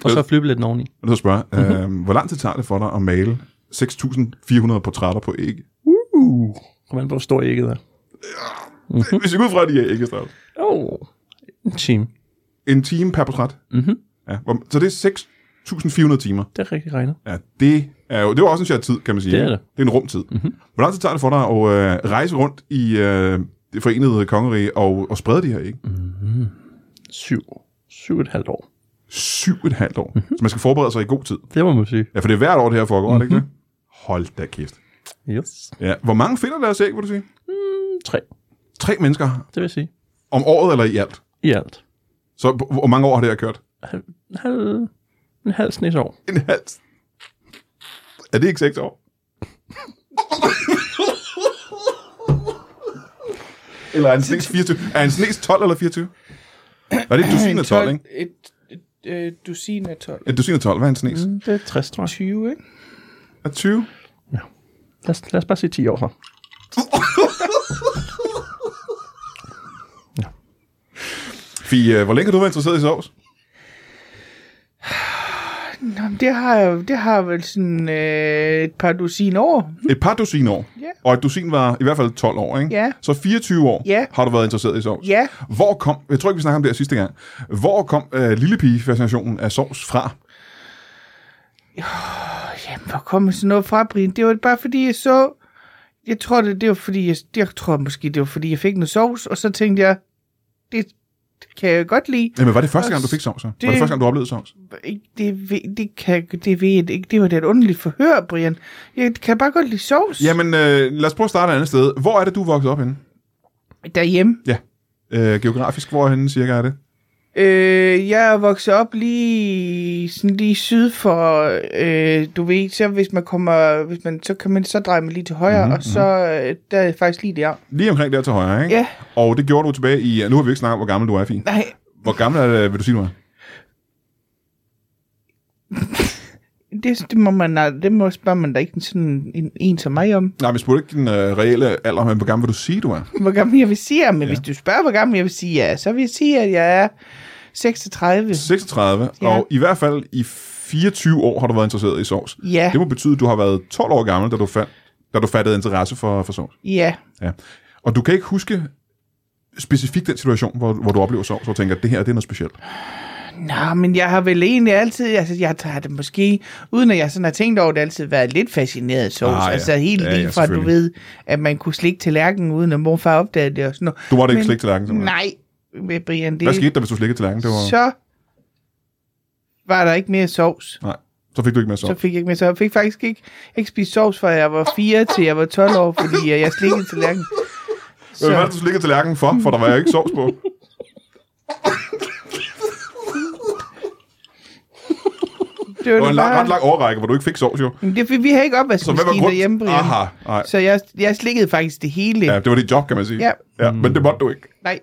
Speaker 2: Og så flybilletten oveni.
Speaker 1: Og så spørger jeg,
Speaker 2: Mhm.
Speaker 1: øh, hvor lang tid tager det for dig at male 6.400 portrætter på æg? <laughs>
Speaker 2: Uh. Kom an på, hvor stor ægget er.
Speaker 1: Hvis jeg går ud fra, at de er æggestrøm.
Speaker 2: Oh. En time.
Speaker 1: En time per portræt?
Speaker 2: Mhm.
Speaker 1: Ja. hvor- Så det er 6.400 timer.
Speaker 2: Det er rigtig regnet.
Speaker 1: Ja, det er jo, det er jo også en sjov tid, kan man sige.
Speaker 2: Det er
Speaker 1: ikke?
Speaker 2: det. Mhm.
Speaker 1: Det er en rumtid. Mm-hmm. Hvor lang tid tager det for dig at øh, rejse rundt i øh, det forenede kongerige og, og sprede de her
Speaker 2: Mhm.
Speaker 1: æg? Mm.
Speaker 2: Syv. Syv og et halvt år.
Speaker 1: Syv et halvt år.
Speaker 2: Mhm.
Speaker 1: Mm-hmm. Så man skal forberede sig i god tid.
Speaker 2: Det må man sige.
Speaker 1: Ja, for det er hvert år, det her foregår, mm-hmm.
Speaker 2: Mhm.
Speaker 1: ikke det? Hold da kæft.
Speaker 2: Yes.
Speaker 1: Ja. Hvor mange finder deres æg, vil du sige?
Speaker 2: Tre,
Speaker 1: Tre mennesker
Speaker 2: det vil sige.
Speaker 1: om året eller i alt?
Speaker 2: I alt.
Speaker 1: Så på- hvor mange år har det her kørt?
Speaker 2: Halv, halv, en halv snes år.
Speaker 1: En halv. Er det ikke seks år?
Speaker 3: <clears throat>
Speaker 1: eller er en snes 24? Er en snes 12 eller 24? Var det et dusin af 12, ikke?
Speaker 3: Et, et, øh, dusin af 12.
Speaker 1: Et dusin af 12, hvad er en snes? Mm.
Speaker 2: Det er 60, tror jeg.
Speaker 3: 20, ikke?
Speaker 1: Er 20?
Speaker 2: Lad os, lad os bare sige 10 år så.
Speaker 1: Fie, øh, hvor længe har du været interesseret i sovs?
Speaker 3: Nå, men det har jeg jo- det har jeg vel sådan øh, et par dusin år.
Speaker 1: Et par dusin år,
Speaker 3: Ja.
Speaker 1: og et dusin var i hvert fald 12 år, ikke?
Speaker 3: Ja.
Speaker 1: Så 24 år
Speaker 3: Ja.
Speaker 1: har du været interesseret i sovs.
Speaker 3: Ja.
Speaker 1: Hvor kom, jeg tror ikke, vi snakkede om det her sidste gang, hvor kom øh, lille pige fascinationen af sovs fra?
Speaker 3: Jamen, hvor kommer sådan noget fra, Brian? Det var bare fordi, jeg så... Jeg tror, det, det var fordi, jeg, jeg tror måske, det var fordi, jeg fik noget sovs, og så tænkte jeg, det, det kan jeg godt lide.
Speaker 1: Jamen, var det første gang, du fik sovs? så? Var det
Speaker 3: Det-
Speaker 1: første gang, du oplevede sovs?
Speaker 3: Ikke, Det, ved- det, kan, det ved jeg ikke. Det var da et underligt forhør, Brian. Jeg kan bare godt lide sovs
Speaker 1: Jamen, øh, lad os prøve at starte et andet sted. Hvor er det, du er vokset op henne?
Speaker 3: derhjemme.
Speaker 1: Ja. Øh, geografisk, hvor henne cirka er det?
Speaker 3: Øh, jeg er vokset op lige, sådan lige syd for, øh, du ved, så hvis man kommer, hvis man, så kan man, så drejer man lige til højre, mm-hmm. og så, øh, der er faktisk lige der.
Speaker 1: Lige omkring der til højre, ikke?
Speaker 3: Ja.
Speaker 1: Og det gjorde du tilbage i... Nu har vi ikke snakket om, hvor gammel du er, Fie.
Speaker 3: Nej,
Speaker 1: Hvor gammel er det, vil du sige, du er?
Speaker 3: det, det må man, al- det må spørge man da ikke sådan en, en som mig om,
Speaker 1: Nej, men jeg spurgte ikke din øh, reelle alder, men hvor gammel vil du sige, du er?
Speaker 3: hvor gammel jeg vil sige, er. men ja. hvis du spørger, hvor gammel jeg vil sige, ja, så vil jeg sige, at jeg er 36.
Speaker 1: 36, ja.
Speaker 3: Ja.
Speaker 1: og i hvert fald i 24 år har du været interesseret i sovs.
Speaker 3: Ja,
Speaker 1: Det må betyde, at du har været 12 år gammel, da du, fandt, da du fattede interesse for, for sovs.
Speaker 3: ja.
Speaker 1: Ja. Og du kan ikke huske specifikt den situation, hvor, hvor du oplever sovs, og tænker, at det her det er noget specielt.
Speaker 3: Nå, men jeg har vel egentlig altid, altså jeg har det måske, uden at jeg sådan har tænkt over det, altid været lidt fascineret af sovs.
Speaker 1: Ah, ja.
Speaker 3: Altså helt
Speaker 1: Ja, ja,
Speaker 3: lige fra, du
Speaker 1: selvfølgelig.
Speaker 3: ved, at man kunne slikke tallerkenen, uden at morfar opdagede det og sådan noget.
Speaker 1: Du måtte ikke
Speaker 3: Men-
Speaker 1: slikke tallerkenen, simpelthen.
Speaker 3: Nej, med Brian, det
Speaker 1: Hvad skete der, hvis du slikkede tallerkenen? Det var...
Speaker 3: så var der ikke mere sovs.
Speaker 1: Nej, så fik du ikke mere sovs.
Speaker 3: Så fik jeg ikke mere sovs. Jeg fik faktisk ikke, ikke spist sovs, fra jeg var 4 til jeg var 12 år, fordi øh, jeg slikkede tallerkenen.
Speaker 1: Øh, Hvad var det,
Speaker 3: Så,
Speaker 1: du slikkede tallerkenen for? For der var jo ikke
Speaker 3: <laughs>
Speaker 1: sovs på.
Speaker 3: det var,
Speaker 1: Det var en lang, ret
Speaker 3: bare...
Speaker 1: lang overrække, hvor du ikke fik sovs, jo.
Speaker 3: Men det er fordi, vi har ikke
Speaker 1: Så hvad var
Speaker 3: opvaskemaskine derhjemme,
Speaker 1: grunden?
Speaker 3: Brian.
Speaker 1: Aha, nej.
Speaker 3: Så jeg, jeg slikkede faktisk det hele.
Speaker 1: Ja, det var dit job, kan man sige.
Speaker 3: Ja.
Speaker 1: ja men det måtte du ikke.
Speaker 3: Nej.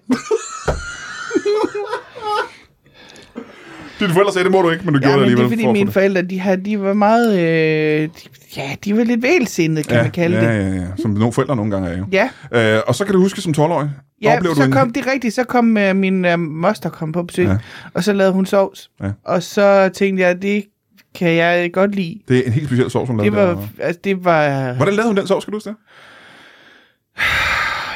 Speaker 1: Dine forældre sagde, det må du ikke, men du
Speaker 3: Ja,
Speaker 1: gjorde det
Speaker 3: men det
Speaker 1: alligevel.
Speaker 3: er fordi
Speaker 1: for at få
Speaker 3: mine
Speaker 1: det.
Speaker 3: forældre, de, har, de var meget, øh, de, ja, de var lidt vælsindede, kan
Speaker 1: ja,
Speaker 3: man kalde
Speaker 1: ja,
Speaker 3: det.
Speaker 1: Ja, ja, Som nogle forældre nogle gange er jo.
Speaker 3: Ja,
Speaker 1: Øh, og så kan du huske som 12-årig,
Speaker 3: ja
Speaker 1: oplever
Speaker 3: så
Speaker 1: du en...
Speaker 3: kom det rigtigt, så kom øh, min øh, moster kom på besøg,
Speaker 1: Ja.
Speaker 3: ja. og så lavede hun sovs.
Speaker 1: Ja.
Speaker 3: Og så tænkte jeg, det kan jeg godt lide.
Speaker 1: Det er en helt speciel sovs, hun lavede
Speaker 3: Det
Speaker 1: der.
Speaker 3: var, altså, det var,
Speaker 1: Hvordan lavede hun den sovs, skal du huske det?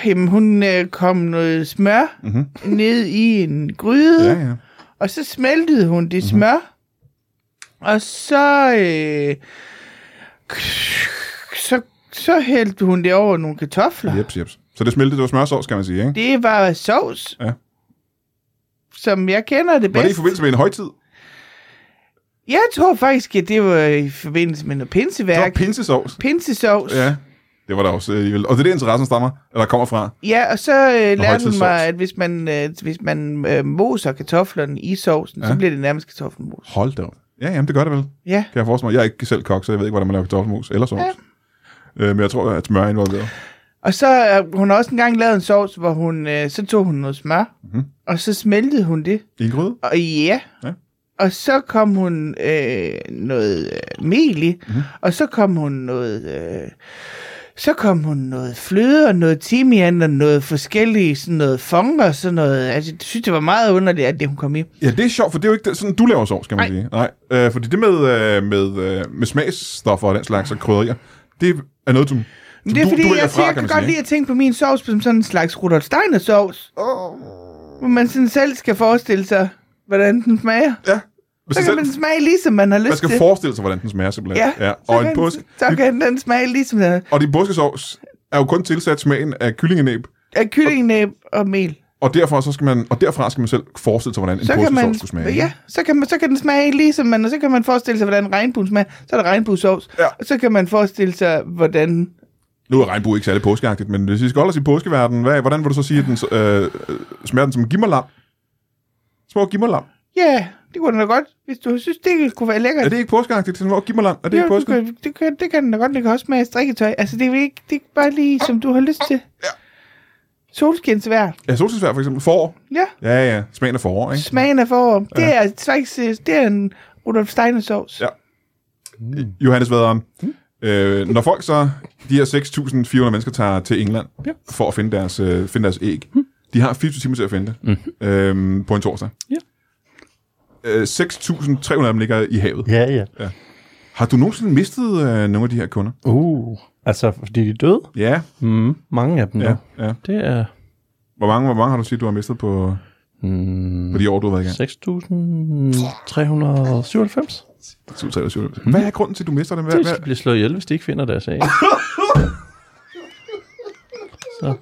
Speaker 3: jamen, hun øh, kom noget smør
Speaker 1: Mhm.
Speaker 3: ned i en gryde,
Speaker 1: Ja, Mhm. ja.
Speaker 3: Og så smeltede hun det smør. Og så... Øh, så, så hældte hun det over nogle kartofler. Yep.
Speaker 1: Jeps, jeps. Så det smeltede, det var smørsovs, skal man sige, ikke?
Speaker 3: Det var sovs.
Speaker 1: Ja.
Speaker 3: Som jeg kender det
Speaker 1: Var det i
Speaker 3: bedst.
Speaker 1: forbindelse med en højtid?
Speaker 3: Jeg tror faktisk, at det var i forbindelse med noget
Speaker 1: Det var
Speaker 3: pinseværk.
Speaker 1: pinsesovs.
Speaker 3: Pinsesovs.
Speaker 1: Ja. Det var der også. alligevel. Og det er det, interessen stammer, eller kommer fra.
Speaker 3: Ja, og så øh, lærte hun
Speaker 1: højtidssovs.
Speaker 3: mig, at hvis man, øh, hvis man øh, moser kartoflerne i sovsen, ja.
Speaker 1: Ja.
Speaker 3: så bliver det nærmest kartoffelmos.
Speaker 1: Hold da op. Ja, jamen det gør det vel.
Speaker 3: Ja.
Speaker 1: Kan jeg forestille mig. Jeg er ikke selv kok, så jeg ved ikke, hvordan man laver kartoffelmos eller sovs.
Speaker 3: Ja.
Speaker 1: Øh, men jeg tror, at smør er involveret.
Speaker 3: Og så øh, hun har også engang lavet en sovs, hvor hun, øh, så tog hun noget smør, mm-hmm. og så smeltede hun det.
Speaker 1: I en gryde?
Speaker 3: Og ja.
Speaker 1: Mhm. Ja.
Speaker 3: ja. Og så kom hun øh, noget øh, mel i,
Speaker 1: Mhm.
Speaker 3: mm-hmm. og så kom hun noget... Øh, så kom hun noget fløde og noget timian og noget forskellige, sådan noget fong og sådan noget. Altså, jeg synes, det var meget underligt, at det hun kom i.
Speaker 1: Ja, det er sjovt, for det er jo ikke det- sådan, du laver sovs, kan man
Speaker 3: Nej.
Speaker 1: sige. Nej. Øh, fordi det med, øh, med, øh, med smagsstoffer og den slags og krydderier, det er noget, som, som
Speaker 3: det er
Speaker 1: du,
Speaker 3: fordi,
Speaker 1: du vælger
Speaker 3: jeg,
Speaker 1: fra, kan
Speaker 3: jeg kan
Speaker 1: man
Speaker 3: godt
Speaker 1: sige.
Speaker 3: lide
Speaker 1: ikke?
Speaker 3: at tænke på min sovs som sådan en slags Rudolf Steiner sovs. Oh. Hvor man sådan selv skal forestille sig, hvordan den smager.
Speaker 1: Ja. Hvis
Speaker 3: Så
Speaker 1: man,
Speaker 3: kan
Speaker 1: selv,
Speaker 3: man smage ligesom man har lyst
Speaker 1: man skal
Speaker 3: til.
Speaker 1: forestille sig, hvordan den smager simpelthen.
Speaker 3: Ja,
Speaker 1: Og
Speaker 3: så,
Speaker 1: en
Speaker 3: kan,
Speaker 1: påske.
Speaker 3: så kan den smage ligesom den
Speaker 1: Og din påskesovs er jo kun tilsat smagen af kyllingenæb,
Speaker 3: af kyllingnæb og mel.
Speaker 1: og derfor så skal man og derfra skal man selv forestille sig, hvordan en
Speaker 3: Så kan, man,
Speaker 1: påskesovs skulle smage.
Speaker 3: ja, så, kan man, så kan den smage ligesom man, og så kan man forestille sig, hvordan regnbuen smager. Så er der regnbuesovs.
Speaker 1: Ja.
Speaker 3: Og så kan man forestille sig, hvordan...
Speaker 1: Nu er regnbue ikke særlig påskeagtigt, men hvis vi skal holde os i påskeverdenen, hvad, hvordan vil du så sige, at den øh, øh, smager den som gimmerlam? Små gimmerlam.
Speaker 3: Ja, det kunne den da godt, hvis du synes, det kunne være lækkert.
Speaker 1: Er det ikke påskeagtigt? Små gimmerlam? Er det ikke
Speaker 3: jo, det,
Speaker 1: påske?
Speaker 3: kan, det, kan, det kan den da godt. Det kan også smage af strikketøj. Altså, det er, jo ikke, det er bare lige, som du har lyst til.
Speaker 1: Ja.
Speaker 3: solskinsvær.
Speaker 1: Ja, solsidsvær for eksempel. Forår.
Speaker 3: Ja,
Speaker 1: Ja, ja. Smagen af forår, ikke?
Speaker 3: smagen af forår. Det er faktisk det er en Rudolf Steiner sovs.
Speaker 1: Ja. Johannes Vaderen. Øh, når folk så, de her 6.400 mennesker, tager til England ja. for at finde deres, øh, finde deres æg, mm. de har 24 timer til at finde det mm. øhm, på en torsdag.
Speaker 2: Ja.
Speaker 1: Øh, 6.300 af dem ligger i havet.
Speaker 2: Ja, ja.
Speaker 1: Har du nogensinde mistet øh, nogle af de her kunder?
Speaker 2: Uh, altså, fordi de er døde.
Speaker 1: Ja.
Speaker 2: Mm, mange af dem,
Speaker 1: ja,
Speaker 2: ja.
Speaker 1: ja.
Speaker 2: Det er
Speaker 1: Hvor, mange, hvor mange har du set, du har mistet på, mm. på de år, du har været i gang?
Speaker 2: 6.397.
Speaker 1: 7.300. Hvad er grunden til, at du mister dem? Hvad,
Speaker 2: De
Speaker 1: hvad?
Speaker 2: skal blive slået ihjel, hvis de ikke finder deres æg. Så.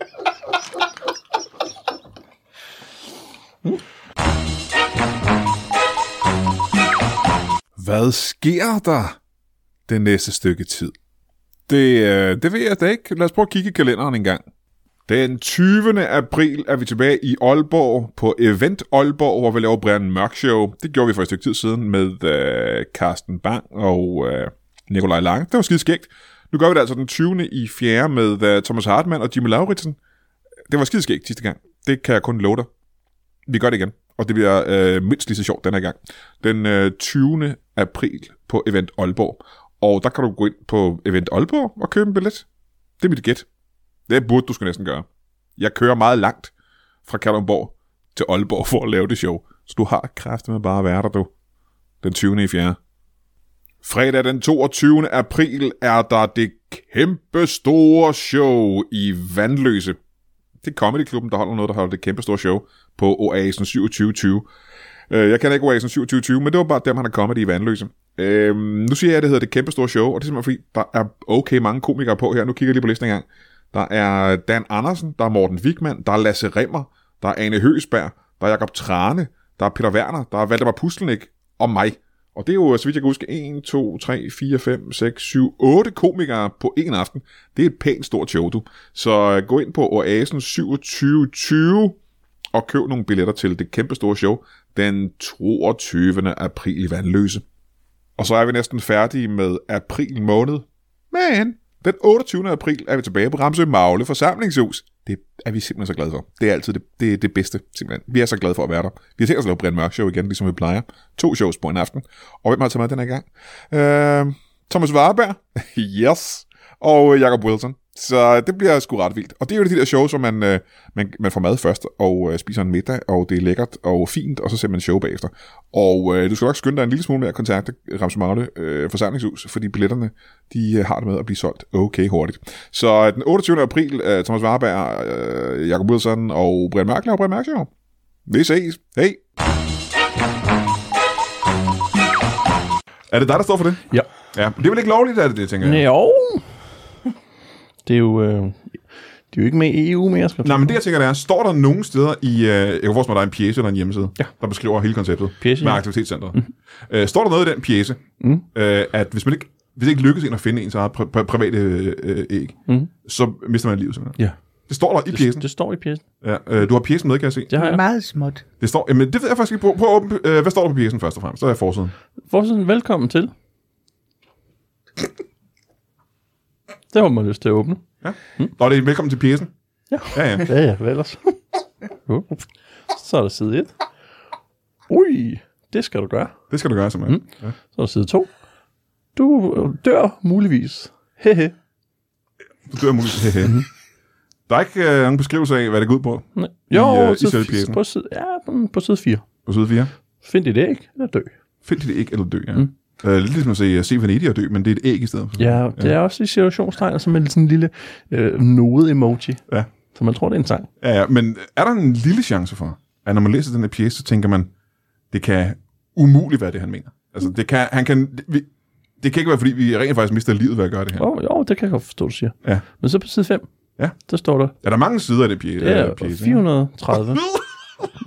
Speaker 1: Hvad sker der det næste stykke tid? Det, øh, det ved jeg da ikke. Lad os prøve at kigge i kalenderen en gang. Den 20. april er vi tilbage i Aalborg på Event Aalborg, hvor vi laver Brian Mørk Show. Det gjorde vi for et stykke tid siden med øh, Carsten Bang og øh, Nikolaj Lange. Det var skide skægt. Nu gør vi det altså den 20. i 4. med øh, Thomas Hartmann og Jimmy Lauritsen. Det var skide skægt sidste gang. Det kan jeg kun love dig. Vi gør det igen, og det bliver øh, mindst lige så sjovt den her gang. Den øh, 20. april på Event Aalborg. Og der kan du gå ind på Event Aalborg og købe en billet. Det er mit gæt. Det burde du skal næsten gøre. Jeg kører meget langt fra Kalundborg til Aalborg for at lave det show. Så du har kræfter med bare at være der, du. Den 20. i 4. Fredag den 22. april er der det kæmpe store show i Vandløse. Det er Comedy Klubben, der holder noget, der holder det kæmpe store show på Oasen 2720. Øh, jeg kan ikke Oasen 2720, men det var bare dem, han har comedy i Vandløse. Øh, nu siger jeg, at det hedder det kæmpe store show, og det er simpelthen fordi, der er okay mange komikere på her. Nu kigger jeg lige på listen engang. Der er Dan Andersen, der er Morten Wigman, der er Lasse Remmer, der er Ane Høsberg, der er Jakob Trane, der er Peter Werner, der er Valdemar Pustelnik og mig. Og det er jo, så vidt jeg kan huske, 1, 2, 3, 4, 5, 6, 7, 8 komikere på en aften. Det er et pænt stort show, du. Så øh, gå ind på Oasen 2720 og køb nogle billetter til det kæmpe store show den 22. april i Vandløse. Og så er vi næsten færdige med april måned. Men den 28. april er vi tilbage på Ramsø Magle forsamlingshus. Det er vi simpelthen så glade for. Det er altid det, det, er det bedste, simpelthen. Vi er så glade for at være der. Vi har tænkt os at lave Brian Mørk Show igen, ligesom vi plejer. To shows på en aften. Og hvem har taget med den her gang? Øh, Thomas Warberg. <laughs> yes. Og øh, Jacob Wilson. Så øh, det bliver sgu ret vildt. Og det er jo de der shows, hvor man, øh, man, man får mad først, og øh, spiser en middag, og det er lækkert og fint, og så ser man en show bagefter. Og øh, du skal nok skynde dig en lille smule med at kontakte Ramse Magle øh, forsamlingshus, fordi billetterne de øh, har det med at blive solgt okay hurtigt. Så øh, den 28. april, øh, Thomas Warberg, øh, Jacob Wilson og Brian Mørk laver Brian Mørk Show. Vi ses. Hey. Er det dig, der står for det?
Speaker 2: Ja.
Speaker 1: Ja, det er vel ikke lovligt, er det det, tænker jeg?
Speaker 2: Jo. Det er jo... Øh, de er jo ikke med i EU mere, skal
Speaker 1: Nej, men det jeg tænker, det er, står der nogen steder i, øh, jeg kan forestille mig, der er en pjæse eller en hjemmeside, ja. der beskriver hele konceptet
Speaker 2: Pjæse,
Speaker 1: med
Speaker 2: ja. Mhm.
Speaker 1: aktivitetscenteret. Mm. Øh, står der noget i den pjæse, mm. øh, at hvis man ikke, hvis det ikke lykkes en at finde en, så har pri- pri- private øh, æg, mm. så mister man livet simpelthen.
Speaker 2: Ja.
Speaker 1: Det står der i pjæsen.
Speaker 2: Mhm. Det står i pjæsen.
Speaker 1: Ja, øh, du har pjæsen med, kan jeg se.
Speaker 2: Det har jeg.
Speaker 3: Meget småt.
Speaker 1: Det står, jamen, det ved jeg faktisk ikke. Prøv, prøv at åbne, øh, hvad står der på pjæsen først og fremmest? Der er forsiden.
Speaker 2: Forsiden, velkommen til. Det har man lyst til at åbne.
Speaker 1: Ja. Mm. Nå, det er velkommen til pjæsen.
Speaker 2: Mhm. Ja.
Speaker 1: Ja, ja.
Speaker 2: Ja, ja, hvad <laughs> ellers? Uh, så er der side 1. Ui, det skal du gøre.
Speaker 1: Det skal du gøre, simpelthen.
Speaker 2: Mhm.
Speaker 1: Mm.
Speaker 2: Så er der side 2. Du øh, dør muligvis. Hehe.
Speaker 1: Du dør
Speaker 2: Mhm.
Speaker 1: muligt. der er ikke øh, nogen beskrivelse af, hvad det går ud på
Speaker 2: Nej.
Speaker 1: øh,
Speaker 2: Jo,
Speaker 1: i
Speaker 2: I, side,
Speaker 1: selve pjecen.
Speaker 2: på, side, ja, mm, på side 4.
Speaker 1: på side 4.
Speaker 2: Find dit æg, eller dø.
Speaker 1: Find dit æg eller dø, ja. Mm. Øh, lidt ligesom at se, se Venedig og dø, men det er et æg i stedet. for.
Speaker 2: Ja, det er også i situationstegn, som en sådan en lille øh, node-emoji.
Speaker 1: Ja.
Speaker 2: Så man tror, det er en sang.
Speaker 1: ja, ja. Men er der en lille chance for, at når man læser den her pjæse, så tænker man, det kan umuligt være det, han mener. Altså, det kan, han kan, det, vi, det kan ikke være, fordi vi rent faktisk mister livet ved at gøre det her.
Speaker 2: Jo, jo, det kan jeg godt forstå, du siger.
Speaker 1: Ja.
Speaker 2: Men så på side 5,
Speaker 1: Ja.
Speaker 2: der står der,
Speaker 1: Er der mange sider af det pjæse?
Speaker 2: det er
Speaker 1: øh, pjæse, ikke?
Speaker 2: <laughs> 430.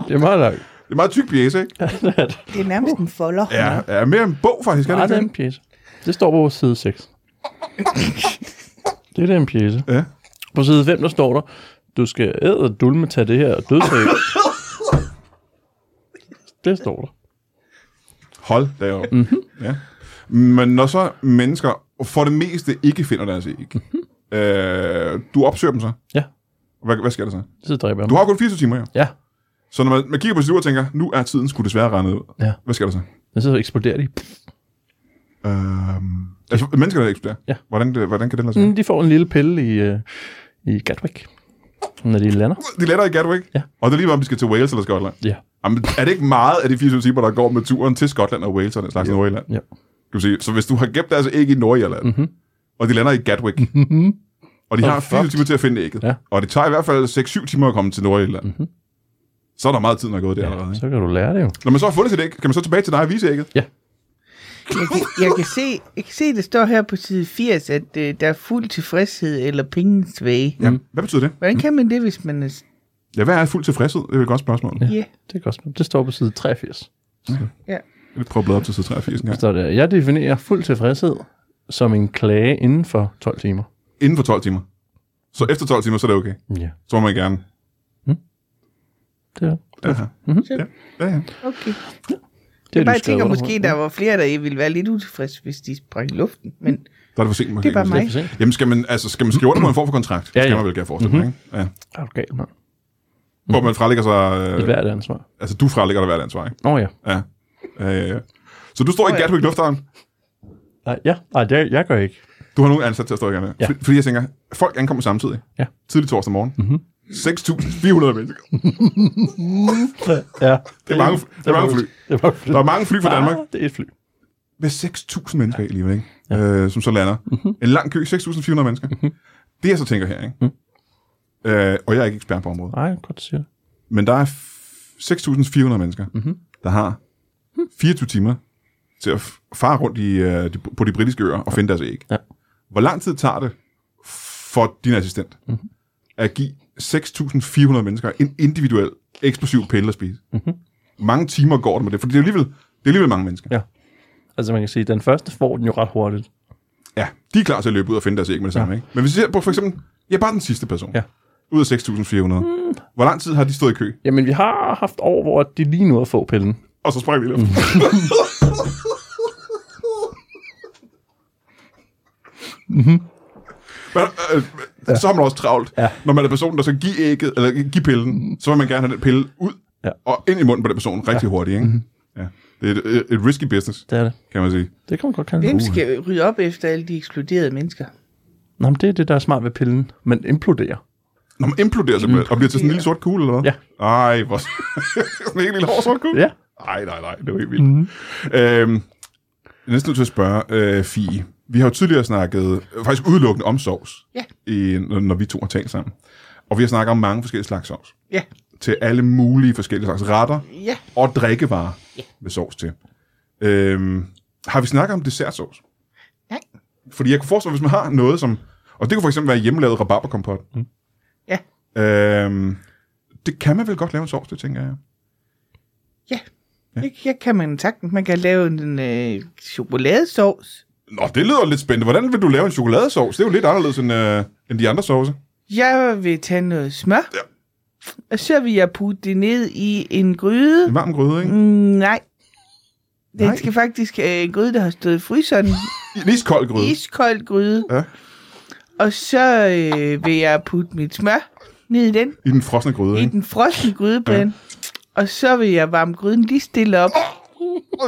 Speaker 2: det er meget langt.
Speaker 1: Det er en meget tyk pjæse, ikke?
Speaker 2: det er det.
Speaker 3: Det er nærmest en folder.
Speaker 1: Ja, ja mere en bog faktisk, er
Speaker 2: Nej,
Speaker 1: det
Speaker 2: det er
Speaker 1: ikke?
Speaker 2: en pjæse. Det står på side <laughs> 6. det er da en pjæse.
Speaker 1: det? Ja.
Speaker 2: På side 5, der står der, du skal æde og dulme, tage det her <laughs> dødsæg. det står der.
Speaker 1: Hold da op.
Speaker 2: Mhm.
Speaker 1: Mm-hmm. Ja. Men når så mennesker for det meste ikke finder deres æg, mm-hmm. øh, du opsøger dem så?
Speaker 2: Mhm. Ja.
Speaker 1: Hvad, hvad sker der så?
Speaker 2: Så dræber jeg
Speaker 1: Du
Speaker 2: ham.
Speaker 1: har kun 24 timer, ja.
Speaker 2: Ja.
Speaker 1: Så når man, man kigger på sit ur og tænker, nu er tiden skulle desværre rende ud.
Speaker 2: Ja.
Speaker 1: Hvad sker der så?
Speaker 2: Men så eksploderer de.
Speaker 1: Øhm, altså, mennesker, der eksploderer?
Speaker 2: Ja.
Speaker 1: Hvordan, det, hvordan kan det lade sig? Mm.
Speaker 2: Mm, de får en lille pille i, øh, i Gatwick, når de lander.
Speaker 1: De letter i Gatwick?
Speaker 2: Ja.
Speaker 1: Og det er lige om de skal til Wales eller Skotland?
Speaker 2: Ja.
Speaker 1: Jamen, er det ikke meget af de 24 timer, der går med turen til Skotland og Wales og den slags i Nordirland?
Speaker 2: Ja. Mhm.
Speaker 1: Kan du sige. Så hvis du har gemt deres æg i Nordirland, mm-hmm. og de lander i Gatwick, mm-hmm. og de har
Speaker 2: Og
Speaker 1: 24
Speaker 2: fucked.
Speaker 1: timer til at finde ægget,
Speaker 2: Mhm. Ja. Mhm.
Speaker 1: og det tager i hvert fald 6-7 timer at komme til Nordirland, mm-hmm. så er der meget tid, der er gået der ja. allerede. Ikke?
Speaker 2: Så kan du lære det jo.
Speaker 1: Når man så har fundet sit æg, kan man så tilbage til dig og vise ægget?
Speaker 3: Jeg kan, jeg, kan se, jeg kan se, det står her på side 80, at øh, der er fuld tilfredshed eller pengens
Speaker 2: Mhm.
Speaker 3: væge.
Speaker 1: Ja. Hvad betyder det?
Speaker 3: Hvordan kan man det, hvis man er... s-
Speaker 1: Ja, hvad er fuld tilfredshed? Det er jo et godt spørgsmål. Ja.
Speaker 2: Ja.
Speaker 3: Ja.
Speaker 2: Det, er godt. det står på side 83.
Speaker 1: Jeg prøver at bladre op til side 83 en gang.
Speaker 2: Så står der, jeg definerer fuld tilfredshed som en klage inden for 12 timer.
Speaker 1: Inden for 12 timer. Så efter 12 timer, så er det okay.
Speaker 2: Ja,
Speaker 1: Så må man gerne.
Speaker 2: det er det.
Speaker 1: Ja,
Speaker 2: Mhm.
Speaker 1: mm-hmm. ja. ja, ja.
Speaker 3: Okay.
Speaker 2: Det er du
Speaker 3: Jeg bare
Speaker 2: skrevet
Speaker 3: tænker
Speaker 2: under
Speaker 3: måske,
Speaker 2: på.
Speaker 3: der var flere, der ville være lidt utilfredse, hvis de sprang i luften. Men
Speaker 1: Der er det for sent. man
Speaker 3: Det er
Speaker 1: kan
Speaker 3: bare
Speaker 1: ikke-
Speaker 3: mig.
Speaker 2: For sent.
Speaker 1: Jamen, skal man, altså, skal man skrive under på en form for kontrakt?
Speaker 2: Ja,
Speaker 1: Skal
Speaker 2: ja. Mhm.
Speaker 1: man vel gerne forestille mm-hmm. ikke? Ja.
Speaker 2: Er du gal, mand?
Speaker 1: Hvor man frelægger sig...
Speaker 2: Et
Speaker 1: Øh,
Speaker 2: hvert ansvar.
Speaker 1: altså, du frelægger dig hvert ansvar, ikke?
Speaker 2: Nå ja.
Speaker 1: Ja. Øh, så du står i
Speaker 3: Åh, ja.
Speaker 1: Gatwick Lufthavn.
Speaker 2: Nej, ja. Nej, det, jeg gør ikke.
Speaker 1: Du har nogen ansat til at stå i Gatwick. Ja.
Speaker 2: Ja.
Speaker 1: Fordi jeg tænker, folk ankommer samtidig.
Speaker 2: Ja. Mhm.
Speaker 1: Tidlig torsdag morgen. Mm-hmm. 6.400 mennesker.
Speaker 2: Ja.
Speaker 1: Det er mange, det er mange fly.
Speaker 2: Det er mange fly.
Speaker 1: Der er mange fly fra Danmark.
Speaker 2: Ah, det er et fly.
Speaker 1: Med 6.000 mennesker i alligevel, ikke? Øh, som så lander.
Speaker 2: Mhm.
Speaker 1: Mm-hmm. En lang kø, 6.400 mennesker. Mm-hmm. Det jeg så tænker her, ikke? Mm. Øh, og jeg er ikke ekspert på området.
Speaker 2: Nej, godt siger det.
Speaker 1: Men der er f- 6.400 mennesker, mm-hmm. der har 24 timer til at f- fare rundt i, øh, de, på de britiske øer og finde deres æg.
Speaker 2: Ja.
Speaker 1: Hvor lang tid tager det for din assistent mm-hmm. at give 6.400 mennesker en individuel eksplosiv pille at spise? Mm-hmm. Mange timer går det med det, for det er alligevel, det er alligevel mange mennesker.
Speaker 2: Ja. Altså man kan sige, den første får den jo ret hurtigt.
Speaker 1: Ja, de er klar til at løbe ud og finde deres æg med det samme. Ja. Ikke? Men hvis vi ser på for eksempel, ja, bare den sidste person.
Speaker 2: Ja.
Speaker 1: Ud af 6.400. Mm. Hvor lang tid har de stået i kø?
Speaker 2: Jamen vi har haft år, hvor de lige nåede at få pillen.
Speaker 1: Og så sprang de i <laughs> luften. Men, øh, Mhm. ja. Så har man også travlt.
Speaker 2: Ja.
Speaker 1: Når man er personen, der skal give ægget, eller give pillen, så vil man gerne have den pille ud
Speaker 2: Ja.
Speaker 1: og ind i munden på den person rigtig ja. hurtigt. Ikke? Mm-hmm. Ja. Det er et, et, et risky business,
Speaker 2: Det er det.
Speaker 1: kan man sige.
Speaker 2: Det kan man godt kalde det.
Speaker 3: hvem skal rydde op efter alle de eksploderede mennesker?
Speaker 2: Nå, men det er det, der er smart ved pillen. Man imploderer.
Speaker 1: Når man imploderer sig mm. og bliver til sådan en lille sort kugle, eller hvad? Ja. Ej, hvor... <laughs> sådan en helt lille hård sort kugle?
Speaker 2: Ja.
Speaker 1: Nej, nej, nej, det var helt vildt.
Speaker 3: Mhm.
Speaker 1: Mm. Øhm, jeg er næsten nødt til at spørge, øh, Fie. Vi har jo tidligere snakket øh, faktisk udelukkende om sovs,
Speaker 3: Ja.
Speaker 1: i, når, når vi to har talt sammen. Og vi har snakket om mange forskellige slags sovs.
Speaker 3: Ja,
Speaker 1: Til alle mulige forskellige slags retter
Speaker 3: ja.
Speaker 1: og drikkevarer ja. med sovs til. Øhm, har vi snakket om dessertsovs?
Speaker 3: Nej.
Speaker 1: Fordi jeg kunne forestille mig, hvis man har noget som... Og det kunne for eksempel være hjemmelavet rabarberkompot. Mm.
Speaker 3: Ja.
Speaker 1: Øhm, det kan man vel godt lave en sovs til, tænker jeg.
Speaker 3: Ja. Det ja. kan man sagtens. Man kan lave en øh, chokoladesauce.
Speaker 1: Nå, det lyder lidt spændende. Hvordan vil du lave en chokoladesauce? Det er jo lidt anderledes end, øh, end de andre sauce.
Speaker 3: Jeg vil tage noget smør.
Speaker 1: Ja.
Speaker 3: Og så vil jeg putte det ned i en gryde.
Speaker 1: En varm gryde, ikke?
Speaker 3: Mm, nej. Den
Speaker 1: Nej.
Speaker 3: skal faktisk øh, en gryde, der har stået i fryseren. Mm.
Speaker 1: En iskold gryde.
Speaker 3: Iskold gryde.
Speaker 1: Ja.
Speaker 3: Og så øh, vil jeg putte mit smør ned i den.
Speaker 1: I den frosne gryde,
Speaker 3: I
Speaker 1: ikke?
Speaker 3: den frosne grydebane. Og så vil jeg varme gryden lige stille
Speaker 1: <laughs>
Speaker 3: op,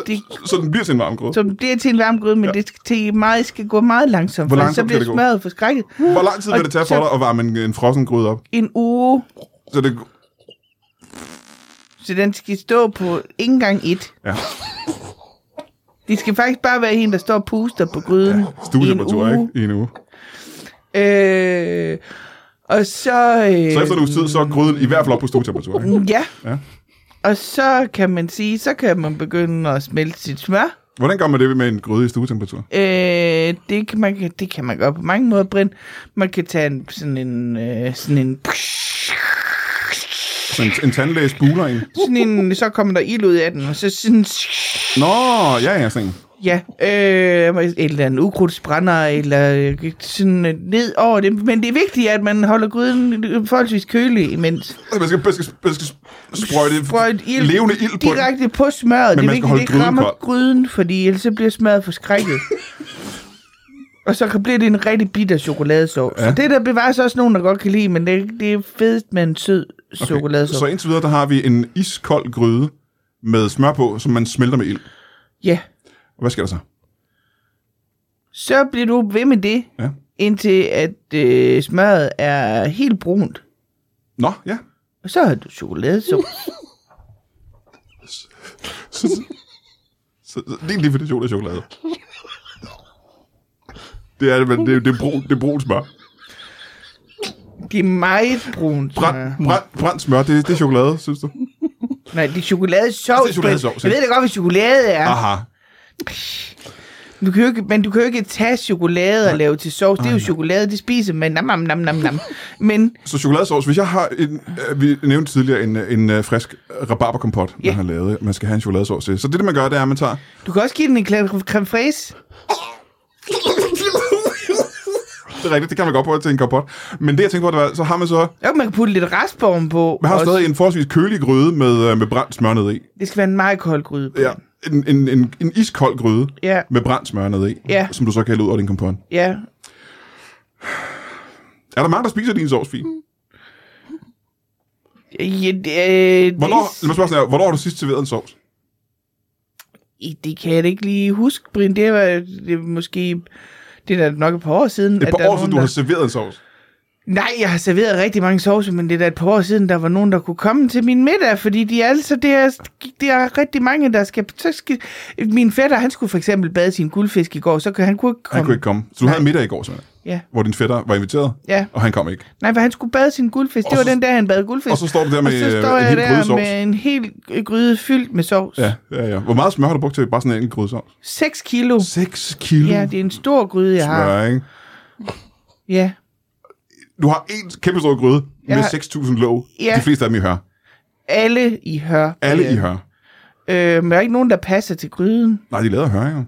Speaker 3: det-
Speaker 1: Så den bliver til en varm gryde.
Speaker 3: så den bliver til en varm gryde, men
Speaker 1: Ja.
Speaker 3: ja. det skal, til meget, skal gå meget langsomt,
Speaker 1: Hvor
Speaker 3: for ellers
Speaker 1: langsomt
Speaker 3: så bliver
Speaker 1: skal det gå?
Speaker 3: smøret forskrækket.
Speaker 1: Hvor lang tid vil
Speaker 3: Og
Speaker 1: det tage for
Speaker 3: så-
Speaker 1: dig at varme en, en frossen gryde op?
Speaker 3: En uge,
Speaker 1: Så det...
Speaker 3: så den skal stå på ikke engang et.
Speaker 1: Ja.
Speaker 3: Det skal faktisk bare være en, der står og puster på gryden i en
Speaker 1: Stuetemperatur,
Speaker 3: uge.
Speaker 1: ikke? I en uge.
Speaker 3: Øh, og så... Øh,
Speaker 1: Så efter en uges tid, så er gryden i hvert fald op på stuetemperatur, ikke?
Speaker 3: Ja.
Speaker 1: Ja.
Speaker 3: ja. Og så kan man sige, så kan man begynde at smelte sit smør.
Speaker 1: Hvordan gør man det med en gryde i stuetemperatur?
Speaker 3: Øh, det, kan man, det kan man gøre på mange måder, Brind. Man kan tage en, sådan en, øh, sådan en,
Speaker 1: Så Altså en, en tandlæge spuler en.
Speaker 3: sådan en, så kommer der ild ud af den, og så sådan,
Speaker 1: Nå, ja, ja, sådan en.
Speaker 3: ja, øh, eller en ukrudtsbrænder, eller øh, sådan øh, ned over det. Men det er vigtigt, at man holder gryden forholdsvis kølig imens.
Speaker 1: Altså, Man skal, man skal, man skal sprøjte,
Speaker 3: Sprøjt ild
Speaker 1: levende ild på den.
Speaker 3: direkte på smøret.
Speaker 1: Men
Speaker 3: det er
Speaker 1: man skal
Speaker 3: vigtigt,
Speaker 1: holde
Speaker 3: det ikke
Speaker 1: gryden
Speaker 3: rammer
Speaker 1: kold. <laughs>
Speaker 3: gryden, fordi ellers så bliver smøret forskrækket. Og så kan- bliver det en rigtig bitter chokoladesauce. Ja. Det der bevares også nogen, der godt kan lide, men det, det er fedest med en sød okay.
Speaker 1: Så
Speaker 3: chokoladesauce.
Speaker 1: indtil videre, der har vi en iskold gryde med smør på, som man smelter med ild.
Speaker 3: Ja.
Speaker 1: Og hvad sker der så?
Speaker 3: Så bliver du ved med det,
Speaker 1: Ja.
Speaker 3: indtil at øh, smøret er helt brunt.
Speaker 1: Nå, ja.
Speaker 3: Og så har du chokoladesauce.
Speaker 1: Så, så, så, så din definition af chokolade. Det er, men det, er- det, er brun, det er brun smør.
Speaker 3: det er meget brunt.
Speaker 1: Brænd,
Speaker 3: smør.
Speaker 1: brænd, brænd smør, det, det er chokolade, synes du?
Speaker 3: Nej, det er chokoladesauce.
Speaker 1: Altså, Det er chokoladesauce,
Speaker 3: men Jeg ved da godt, hvad chokolade er.
Speaker 1: Aha.
Speaker 3: Du kan jo ikke, men du kan jo ikke tage chokolade og lave til sovs. Det er jo chokolade, det spiser man. Nam, nam, nam, nam, nam. Men
Speaker 1: Så chokoladesauce, hvis jeg har en, øh, vi nævnte tidligere en, øh, en øh, frisk rabarberkompot, man
Speaker 3: Ja.
Speaker 1: har lavet, man skal have en chokoladesauce til. Så det, det man gør, det er, at man tager
Speaker 3: du kan også give den en creme creme fraise.
Speaker 1: Det er rigtigt, det kan man godt prøve til en kompot. Men det, jeg tænkte på, det var, så har man så...
Speaker 3: Og man kan putte lidt raspovn på.
Speaker 1: Man har
Speaker 3: også.
Speaker 1: stadig en forholdsvis kølig gryde med, øh, med brændt smør ned i.
Speaker 3: Det skal være en meget kold gryde. på.
Speaker 1: Ja. En, en, en, en iskold gryde
Speaker 3: Ja.
Speaker 1: med brændt smør ned i,
Speaker 3: Ja.
Speaker 1: som du så kan hælde ud over din kompot.
Speaker 3: ja.
Speaker 1: Er der mange, der spiser din sovs, Fie?
Speaker 3: ja det, øh,
Speaker 1: Hvornår, lad mig
Speaker 3: det,
Speaker 1: spørge sådan her, hvornår har du sidst serveret en sovs?
Speaker 3: det kan jeg da ikke lige huske, Brian. Det var det er måske... Det er da nok et par år siden.
Speaker 1: Et
Speaker 3: at der
Speaker 1: par
Speaker 3: er
Speaker 1: år siden,
Speaker 3: nogen,
Speaker 1: du har
Speaker 3: der...
Speaker 1: serveret en sovs.
Speaker 3: Nej, jeg har serveret rigtig mange sovser, men det er da et par år siden, der var nogen, der kunne komme til min middag, fordi de er altså, det er, det er rigtig mange, der skal, så skal... Min fætter, han skulle for eksempel bade sin guldfisk i går, så kan han kunne ikke komme.
Speaker 1: Han kunne ikke komme. Så du
Speaker 3: Nej.
Speaker 1: havde middag i går, simpelthen,
Speaker 3: Ja.
Speaker 1: hvor din fætter var inviteret,
Speaker 3: Ja.
Speaker 1: og han kom ikke.
Speaker 3: Nej, for han skulle bade sin guldfisk.
Speaker 1: Og
Speaker 3: det var
Speaker 1: så-
Speaker 3: den der, han bad guldfisk.
Speaker 1: Og så står du der
Speaker 3: og
Speaker 1: med
Speaker 3: så
Speaker 1: øh,
Speaker 3: står
Speaker 1: en
Speaker 3: jeg
Speaker 1: hel gryde
Speaker 3: der
Speaker 1: sovs.
Speaker 3: med en hel gryde fyldt med sovs.
Speaker 1: Ja, ja, ja. Hvor meget smør har du brugt til bare sådan en gryde sovs?
Speaker 3: 6 kilo.
Speaker 1: 6 kilo
Speaker 3: Ja, det er en stor gryde, jeg har.
Speaker 1: smør, ikke?
Speaker 3: Ja.
Speaker 1: Du har en kæmpe stor gryde
Speaker 3: Jeg
Speaker 1: med
Speaker 3: har-
Speaker 1: 6.000 låg.
Speaker 3: Ja.
Speaker 1: De fleste af dem i hør.
Speaker 3: Alle i hør.
Speaker 1: Alle
Speaker 3: Øh,
Speaker 1: i hør.
Speaker 3: Øh, men der er ikke nogen, der passer til gryden.
Speaker 1: Nej, de lavede hør, jo.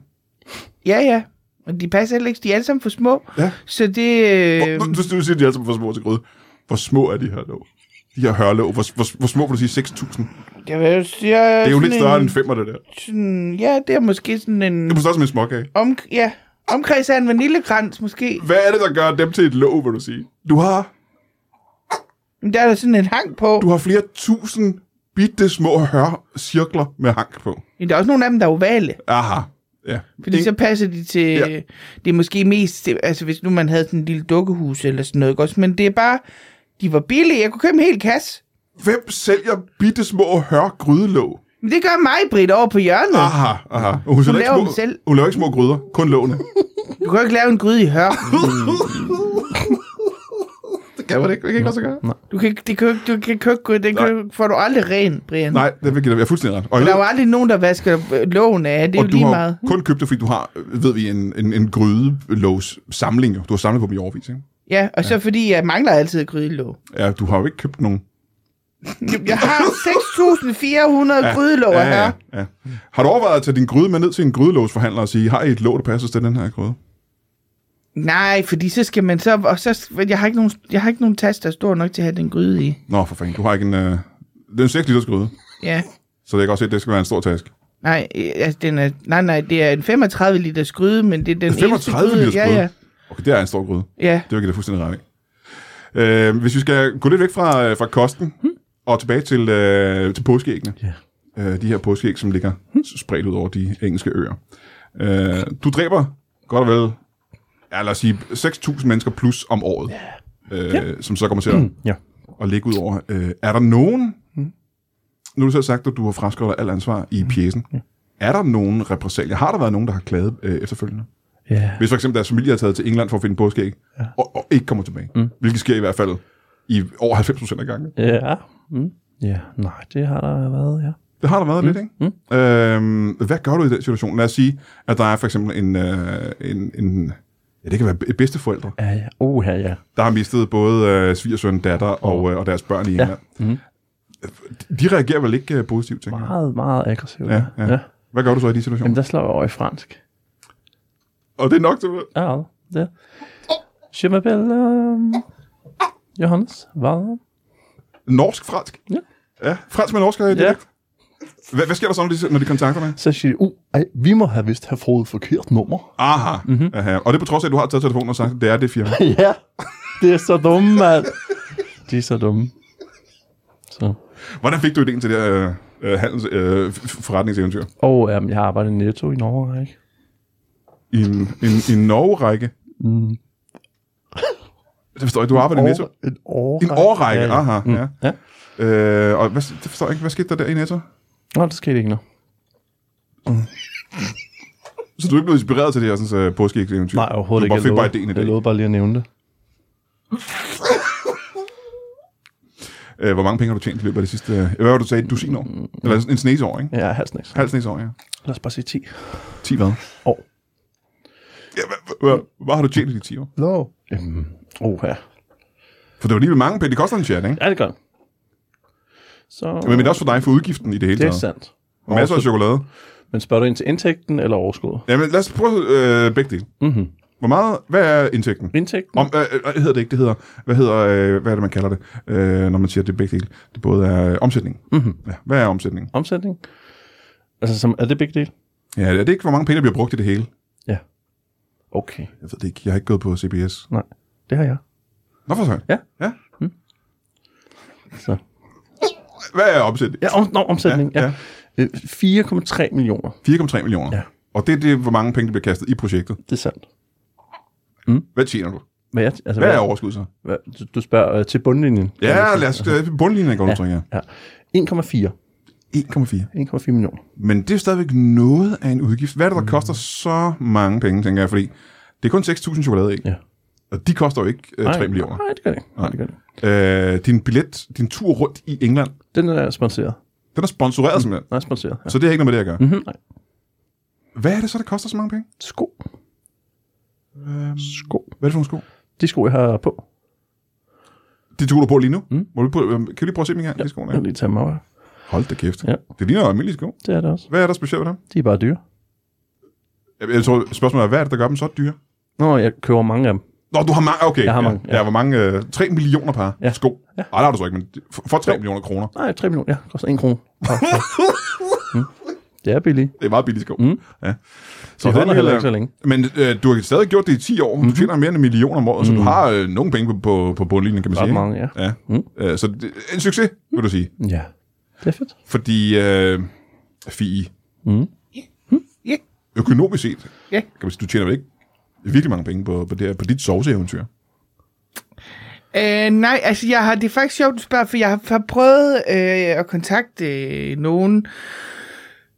Speaker 3: Ja, ja. Men de passer heller ikke. De er alle sammen for små.
Speaker 1: Ja.
Speaker 3: Så det... Øh,
Speaker 1: Hvor, du, du siger, at de er altså for små til gryde. Hvor små er de her låg? De her hørlåg. Hvor, hvor, hvor små vil du sige? 6.000?
Speaker 3: jeg vil jo sige, jeg
Speaker 1: Det er jo lidt
Speaker 3: sådan
Speaker 1: større
Speaker 3: en,
Speaker 1: end en femmer, det der. Det
Speaker 3: Sådan, ja, det er måske sådan en...
Speaker 1: er på størrelse med en småkage.
Speaker 3: Om, ja, omkreds af en vaniljekrans måske.
Speaker 1: Hvad er det, der gør dem til et låg, vil du sige? Du har,
Speaker 3: Men der er der sådan en hang på.
Speaker 1: du har flere tusind bitte små hørcirkler med hank på.
Speaker 3: Men der er også nogle af dem, der er ovale.
Speaker 1: Aha. Ja.
Speaker 3: Fordi
Speaker 1: En-
Speaker 3: så passer de til...
Speaker 1: Ja.
Speaker 3: Ja. Det er måske mest... til- Altså, hvis nu man havde sådan en lille dukkehus eller sådan noget. ikke Også, men det er bare... De var billige. Jeg kunne købe en hel kasse.
Speaker 1: Hvem sælger bitte små hørgrydelåg?
Speaker 3: Men det gør mig, Britt, over på hjørnet. Ah.
Speaker 1: Aha, aha. Og Hun, sælger ikke
Speaker 3: laver
Speaker 1: små,
Speaker 3: dem selv.
Speaker 1: hun laver ikke små gryder, kun lågene.
Speaker 3: Du kan jo ikke lave en gryde i hør.
Speaker 1: <laughs> det kan man ikke. Det kan ikke lade sig gøre.
Speaker 3: Du kan ikke... Det kan, jo ikke- du kan, kan, kan, den kan, jo- får du aldrig ren, Brian.
Speaker 1: Nej, det vil jeg jeg er fuldstændig ret. Og, jeg
Speaker 3: Der
Speaker 1: ved,
Speaker 3: er jo aldrig nogen, der vasker øh, lågen af. Det er
Speaker 1: og
Speaker 3: jo
Speaker 1: du
Speaker 3: lige
Speaker 1: har
Speaker 3: meget.
Speaker 1: kun købt det, fordi du har, øh, ved vi, en, en, en grydelågs samling. jo. Du har samlet på dem i overvis, ikke?
Speaker 3: Ja, og så fordi jeg mangler altid et grydelåg.
Speaker 1: Ja, du har jo ikke købt nogen.
Speaker 3: Jeg <laughs> har 6.400 ja, grydelåg ja, ja. her.
Speaker 1: ja. Har du overvejet at tage din gryde med ned til en grydelågsforhandler og sige, har I et låg, der passer til den her gryde?
Speaker 3: Nej, fordi så skal man så... Og så jeg, har ikke nogen, jeg har ikke nogen taske, der er stor nok til at have den gryde i.
Speaker 1: Nå, for fanden, du har ikke en... Øh... Det er en 6 liters gryde,
Speaker 3: Ja.
Speaker 1: så det kan godt se, at det skal være en stor taske.
Speaker 3: Nej, øh, altså, den er, nej, nej, det er en 35 liters gryde, men det er den
Speaker 1: En 35
Speaker 3: eneste
Speaker 1: liters
Speaker 3: gryde. Ja, ja.
Speaker 1: Okay, det er en stor gryde. Det
Speaker 3: Ja,
Speaker 1: vil jeg give dig fuldstændig ret i. Øh, hvis vi skal gå lidt væk fra, øh, fra kosten hmm. og tilbage til, øh, til påskeæggene.
Speaker 2: Ja.
Speaker 1: Øh, de her påskeæg, som ligger hmm. spredt ud over de engelske øer. Øh, du dræber godt og vel, ja, lad os sige, 6.000 mennesker plus om året, øh, ja. som så kommer til at,
Speaker 2: Ja.
Speaker 1: at ligge ud over. Øh, er der nogen, nu har du selv sagt, at du har fraskrevet dig alt ansvar i pjesen, er der nogen repressalier? Har der været nogen, der har klaget øh, efterfølgende?
Speaker 2: Ja.
Speaker 1: Hvis for eksempel deres familie er taget til England for at finde påskeæg, ja. og, og ikke kommer tilbage, mm. hvilket sker i hvert fald i over 90% af gangene.
Speaker 2: Ja. Mm. Ja, nej, det har der været, ja.
Speaker 1: Det har der været mm. lidt, ikke? Mm. Øhm, hvad gør du i den situation? Lad os sige, at der er for eksempel en, øh, en, en ja, det kan være be- bedsteforældre,
Speaker 2: Ja, ja. Uh, ja, ja.
Speaker 1: der har mistet både øh, svigersøn, datter og, øh, og deres børn i England. Ja. Mm. De reagerer vel ikke øh, positivt, tænker jeg?
Speaker 2: Meget, meget aggressiv.
Speaker 1: Ja, ja. ja. Hvad gør du så i de situationer?
Speaker 2: Jamen, der slår jeg over i fransk.
Speaker 1: Og det er nok til...
Speaker 2: Ja, det. Je m'appelle um, Johannes Wallner.
Speaker 1: Norsk-fransk?
Speaker 2: Ja.
Speaker 1: ja. Fransk med norsk er det?
Speaker 2: Ja.
Speaker 1: Hvad, hvad sker der så, når de, når de kontakter dig?
Speaker 2: Så siger de, uh, ej, vi må have vist have fået forkert nummer.
Speaker 1: Aha.
Speaker 2: Mhm.
Speaker 1: Mm-hmm. Aha. Og det er på trods af, at du har taget telefonen og sagt, at det er det firma.
Speaker 2: <laughs> ja, det er så dumme, mand. De er så dumme. Så.
Speaker 1: Hvordan fik du ideen til det her øh, handels, øh, f- forretningseventyr?
Speaker 2: Og øhm, jeg har arbejdet i netto i Norge, ikke?
Speaker 1: I en, en, en Norge-række? Mm. Det forstår jeg ikke. Du arbejder i Netto?
Speaker 2: Årræ- En årrække.
Speaker 1: En årrække,
Speaker 2: Ja, ja.
Speaker 1: aha. Ja.
Speaker 2: Ja.
Speaker 1: Øh, og hvad, det forstår jeg ikke. Hvad skete der der i Netto?
Speaker 2: Nå, der skete ikke noget.
Speaker 1: Så du er ikke blevet inspireret til det her sådan, uh, påskeeventyr?
Speaker 2: Nej, overhovedet
Speaker 1: du
Speaker 2: ikke.
Speaker 1: Du fik bare
Speaker 2: lovede-
Speaker 1: ideen i
Speaker 2: Jeg
Speaker 1: dag.
Speaker 2: lovede bare lige at nævne det.
Speaker 1: Øh, hvor mange penge har du tjent i løbet af det sidste... øh, Hvad var det, du sagde? Et dusin år? Eller en snes år, ikke?
Speaker 2: Ja, halv snak.
Speaker 1: Halv snes år, ja.
Speaker 2: Lad os bare sige 10
Speaker 1: 10 hvad?
Speaker 2: år.
Speaker 1: Ja, hvad, hvad, hvad, har du tjent i de 10 år?
Speaker 2: Nå. No. Øhm, oh, ja.
Speaker 1: For det var lige mange penge. Det koster en chat, ikke?
Speaker 2: Ja, det gør den. Så...
Speaker 1: Men, men også for dig for udgiften i det hele
Speaker 2: det er
Speaker 1: taget.
Speaker 2: sandt.
Speaker 1: Og masser af chokolade.
Speaker 2: Men spørger du ind til indtægten eller overskuddet?
Speaker 1: Jamen, lad os prøve øh, begge dele.
Speaker 2: Mhm.
Speaker 1: Hvor meget... Hvad er indtægten?
Speaker 2: Indtægten?
Speaker 1: Om, øh, øh, hedder det ikke, det hedder, hvad hedder, øh, hvad er det, man kalder det, øh, når man siger, at det er begge dele? Det både er øh, omsætning. Mm-hmm.
Speaker 2: Mhm.
Speaker 1: Ja, hvad er omsætning?
Speaker 2: Omsætning? Altså, som, er det begge dele?
Speaker 1: Ja, er det ikke, hvor mange penge, der bliver brugt i det hele?
Speaker 2: Ja. Okay.
Speaker 1: Jeg ved det ikke, jeg har ikke gået på CBS.
Speaker 2: Nej, det har jeg.
Speaker 1: Nå for søren.
Speaker 2: Ja.
Speaker 1: ja.
Speaker 2: Så.
Speaker 1: Hvad er omsætning?
Speaker 2: Ja, om, no, omsætning.
Speaker 1: Ja,
Speaker 2: Ja, ja. Øh, 4,3 millioner.
Speaker 1: 4,3 millioner.
Speaker 2: Ja.
Speaker 1: Og det er det, hvor mange penge, der bliver kastet i projektet.
Speaker 2: Det er sandt.
Speaker 1: Hvad tjener du?
Speaker 2: Hvad, er- altså,
Speaker 1: Hvad er overskud så?
Speaker 2: hvad, du, du spørger øh, til bundlinjen.
Speaker 1: Ja, lad os øh, bundlinjen går ja. ja.
Speaker 2: ja. 1,4.
Speaker 1: 1,4.
Speaker 2: 1,4 millioner.
Speaker 1: Men det er stadigvæk noget af en udgift. Hvad er det, der mm. koster så mange penge, tænker jeg, fordi det er kun 6.000 chokolade, ikke?
Speaker 2: Ja.
Speaker 1: Og de koster jo ikke øh, 3
Speaker 2: Nej,
Speaker 1: millioner.
Speaker 2: Nej, det gør det ikke. Nej, det gør det ikke.
Speaker 1: Øh, din billet, din tur rundt i England,
Speaker 2: Den er sponsoreret.
Speaker 1: den er sponsoreret mm. simpelthen.
Speaker 2: Den er sponsoreret. Ja.
Speaker 1: Så det har ikke noget med det at gøre.
Speaker 2: Mm-hmm, nej.
Speaker 1: Hvad er det så, der koster så mange penge?
Speaker 2: Sko.
Speaker 1: Øhm,
Speaker 2: Sko.
Speaker 1: Hvad er det for nogle sko?
Speaker 2: De sko, jeg har på.
Speaker 1: De to, du har på lige nu? Mm. Må du lige prøve, øhm, kan du lige prøve at se dem engang, ja. de skoene?
Speaker 2: Jeg vil lige tage mig over.
Speaker 1: Hold da kæft.
Speaker 2: Ja.
Speaker 1: Det ligner jo almindelige sko.
Speaker 2: Det er det også.
Speaker 1: Hvad er der specielt ved dem?
Speaker 2: De er bare dyre.
Speaker 1: Jeg, jeg tror, spørgsmålet er, hvad er det, der gør dem så dyre?
Speaker 2: Nå, jeg køber mange af dem.
Speaker 1: Nå, du har mange, okay.
Speaker 2: Jeg har
Speaker 1: ja.
Speaker 2: mange,
Speaker 1: Ja.
Speaker 2: ja.
Speaker 1: hvor mange? Øh, 3 millioner par ja.
Speaker 2: Ja.
Speaker 1: sko. Ja. Ej, det har du så ikke, men for, for 3 millioner kroner.
Speaker 2: Nej, 3 millioner. Ja, koster 1 krone. <laughs> Mm. Det er billigt.
Speaker 1: Det er meget billige sko. Mm. Ja. Så
Speaker 2: De holder
Speaker 1: den
Speaker 2: heller
Speaker 1: lille-
Speaker 2: ikke så længe. Mhm.
Speaker 1: Men øh, du har stadig gjort det i 10 år. Du tjener mere end en million om året, så du har øh, nogle penge på, på, på bundlinjen, kan man
Speaker 2: Mm. Ret
Speaker 1: sige.
Speaker 2: mange, ja.
Speaker 1: ja. Mm. Øh, så det, en succes, vil du sige.
Speaker 2: Ja. Det er fedt.
Speaker 1: Fordi øh, FI,
Speaker 3: Ja,
Speaker 1: økonomisk set,
Speaker 3: ja.
Speaker 1: kan man sige, du tjener vel ikke virkelig mange penge på, på, det, her- på dit sovseeventyr.
Speaker 3: Øh, nej, altså jeg har, det er faktisk sjovt, du spørger, for jeg har, har prøvet øh, at kontakte øh, nogen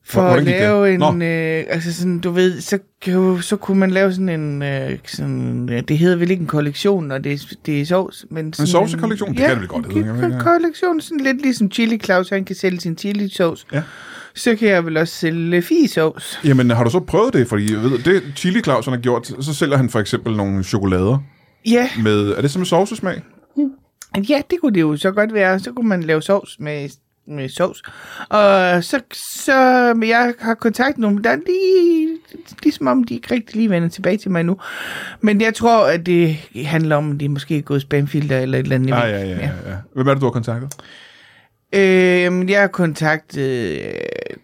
Speaker 3: for
Speaker 1: Hvordan
Speaker 3: at
Speaker 1: gik det?
Speaker 3: lave en,
Speaker 1: Nå.
Speaker 3: øh, altså sådan, du ved, så, kan jo- så kunne man lave sådan en, øh, sådan, ja, det hedder vel ikke en kollektion, og det, er- det er sovs, men sådan
Speaker 1: sovsekollektion? Det
Speaker 3: ja,
Speaker 1: kan det vel godt hedde, kan det
Speaker 3: en
Speaker 1: ikke?
Speaker 3: kollektion, sådan lidt ligesom Chili Claus, han kan sælge sin chili sovs,
Speaker 1: Ja.
Speaker 3: så kan jeg vel også sælge fisovs.
Speaker 1: Jamen, har du så prøvet det? Fordi jeg ved, det Chili Claus han har gjort, så sælger han for eksempel nogle chokolader
Speaker 3: Ja,
Speaker 1: med, er det som en sovsesmag?
Speaker 3: Ja, det kunne det jo så godt være. Så kunne man lave sovs med, med sovs. Og så, så men jeg har kontaktet nogen, der er lige, ligesom om de ikke rigtig lige vender tilbage til mig nu. Men jeg tror, at det handler om, at de måske er gået spamfilter eller et eller andet.
Speaker 1: Ah, ja, ja, ja, ja. Hvem er det, du har kontaktet?
Speaker 3: Øhm, jeg har kontaktet øh,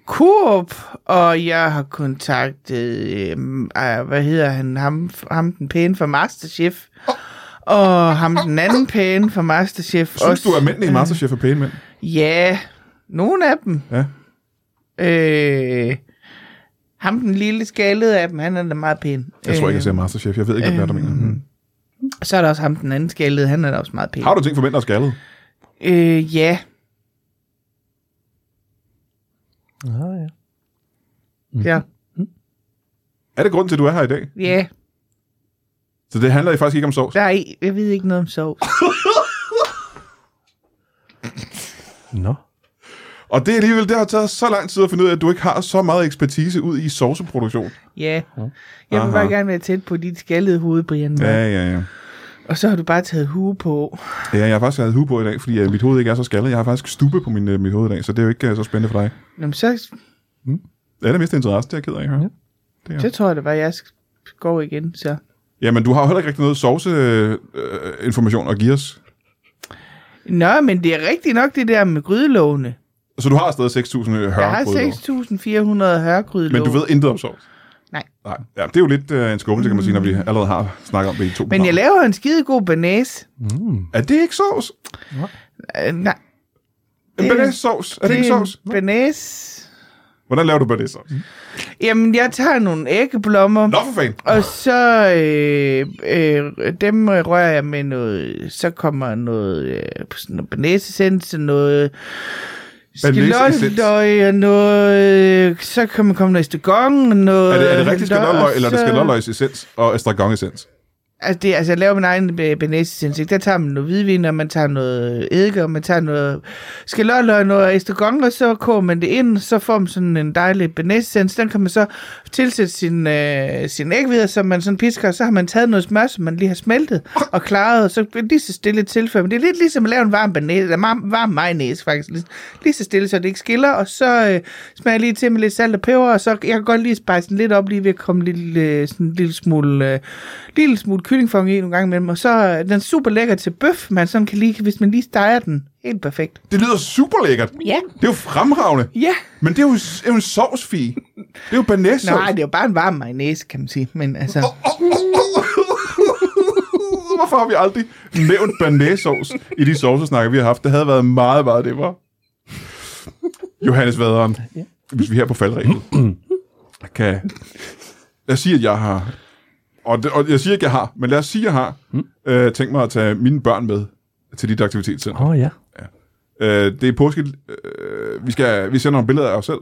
Speaker 3: Coop, og jeg har kontaktet, øh, øh, hvad hedder han, ham, ham den pæne fra Masterchef. Og ham den anden pæne fra Masterchef.
Speaker 1: Synes
Speaker 3: også.
Speaker 1: du, at mændene i Masterchef er pæne mænd?
Speaker 3: Ja, nogle af dem.
Speaker 1: Ja.
Speaker 3: Øh, ham den lille skaldede af dem, han er da meget pæn.
Speaker 1: Jeg tror ikke, jeg
Speaker 3: øh,
Speaker 1: ser Masterchef. Jeg ved ikke, hvad øh, der mener.
Speaker 3: Øhm.
Speaker 1: Mm.
Speaker 3: Så er der også ham den anden skaldede, han er da også meget pæn.
Speaker 1: Har du ting for mænd, der er skaldet?
Speaker 3: Øh, ja.
Speaker 2: Ah, ja.
Speaker 1: Mhm.
Speaker 3: Ja.
Speaker 1: Er det grunden til, at du er her i dag?
Speaker 3: Ja.
Speaker 1: Så det handler faktisk ikke om sovs?
Speaker 3: Nej, jeg ved ikke noget om sovs.
Speaker 2: Nå.
Speaker 1: Og det er alligevel, det har taget så lang tid at finde ud af, at du ikke har så meget ekspertise ud i sovseproduktion.
Speaker 3: Ja. Jeg
Speaker 1: Aha.
Speaker 3: vil bare gerne være tæt på dit skaldede hoved, Brian.
Speaker 1: Ja, ja, ja.
Speaker 3: Og så har du bare taget hue på.
Speaker 1: Ja, jeg har faktisk haft hue på i dag, fordi øh, mit hoved ikke er så skaldet. Jeg har faktisk stube på min, øh, mit hoved i dag, så det er jo ikke øh, så spændende for dig.
Speaker 3: Nå, men så,
Speaker 1: Det er det mest interesse, det er jeg ked af, ja.
Speaker 3: så tror jeg, det var, jeg går igen. Så.
Speaker 1: Jamen, du har jo heller ikke rigtig noget øh, sovseinformation øh, information at give os.
Speaker 3: Nå, men det er rigtigt nok det der med grydelågene.
Speaker 1: Så du har stadig 6.000
Speaker 3: Jeg har
Speaker 1: hørgrødlår?
Speaker 3: 6.400 hørgrydelåg.
Speaker 1: Men du ved intet om sovs?
Speaker 3: Nej. Mm.
Speaker 1: Nej. Ja, det er jo lidt øh, en skuffelse, kan man sige, når vi allerede har snakket om det i to
Speaker 3: Men jeg
Speaker 1: programmer.
Speaker 3: laver en skidegod banæs.
Speaker 1: Er det ikke sovs?
Speaker 3: Øh, nej,
Speaker 1: En
Speaker 3: Det er-
Speaker 1: banæssovs? Er det ikke
Speaker 3: det er en
Speaker 1: sovs?
Speaker 3: banæs.
Speaker 1: Hvordan laver du banæssovs?
Speaker 3: Jamen, jeg tager nogle æggeblommer.
Speaker 1: Nå for fanden!
Speaker 3: Og så øh, øh, dem rører jeg med noget, så kommer noget, øh, sådan noget banæsessens og noget
Speaker 1: Banæseessens?
Speaker 3: skalotteløg og noget, øh, så kan man komme noget estragon og noget.
Speaker 1: Er det, er det rigtig
Speaker 3: halløj,
Speaker 1: skalottløg, eller er det
Speaker 3: og Øh, så-
Speaker 1: skalottløgs essens og estragonessens?
Speaker 3: Altså, det, altså, jeg laver min egen banæsessens, ikke? Der tager man noget hvidvin, og man tager noget øh, eddike, og man tager noget skalotteløg og noget estragon, og så koger man det ind, så får man sådan en dejlig banæsessens. Den kan man så tilsætte sin, øh, sin ægvidder, som man sådan pisker, og så har man taget noget smør, som man lige har smeltet og klaret, og så bliver det lige så stille tilføjet. Men det er lidt ligesom at lave en varm, banæs, eller varm, varm mayonnaise, faktisk. Lige, lige så stille, så det ikke skiller, og så øh, smager jeg lige til med lidt salt og peber, og så jeg kan godt lige spejse den lidt op, lige ved at komme en lille, øh, sådan en lille smule, øh, lille smule kyllingfong i nogle gange imellem, og så øh, den er super lækker til bøf, man sådan kan lige, hvis man lige steger den helt perfekt.
Speaker 1: Det lyder super lækkert.
Speaker 3: Ja.
Speaker 1: Det er jo fremragende.
Speaker 3: Ja.
Speaker 1: Men det er jo, det er jo en sovsfi. Det er jo banæssovs.
Speaker 3: Nej, det er jo bare en varm mayonnaise, kan man sige, men altså...
Speaker 1: Hvorfor har vi aldrig nævnt banæsovs i de sovsesnakker, vi har haft? Det havde været meget, meget nemmere. Johannes Vaderen, hvis vi her på faldrebet kan... Lad os sige, at jeg har... Og, det, og jeg siger ikke, jeg har, men lad os sige, at jeg har øh, tænkt mig at tage mine børn med til dit aktivitetscenter.
Speaker 2: Åh, oh, ja.
Speaker 1: Øh, det er påske. Øh, vi, skal, vi sender nogle billeder af os selv.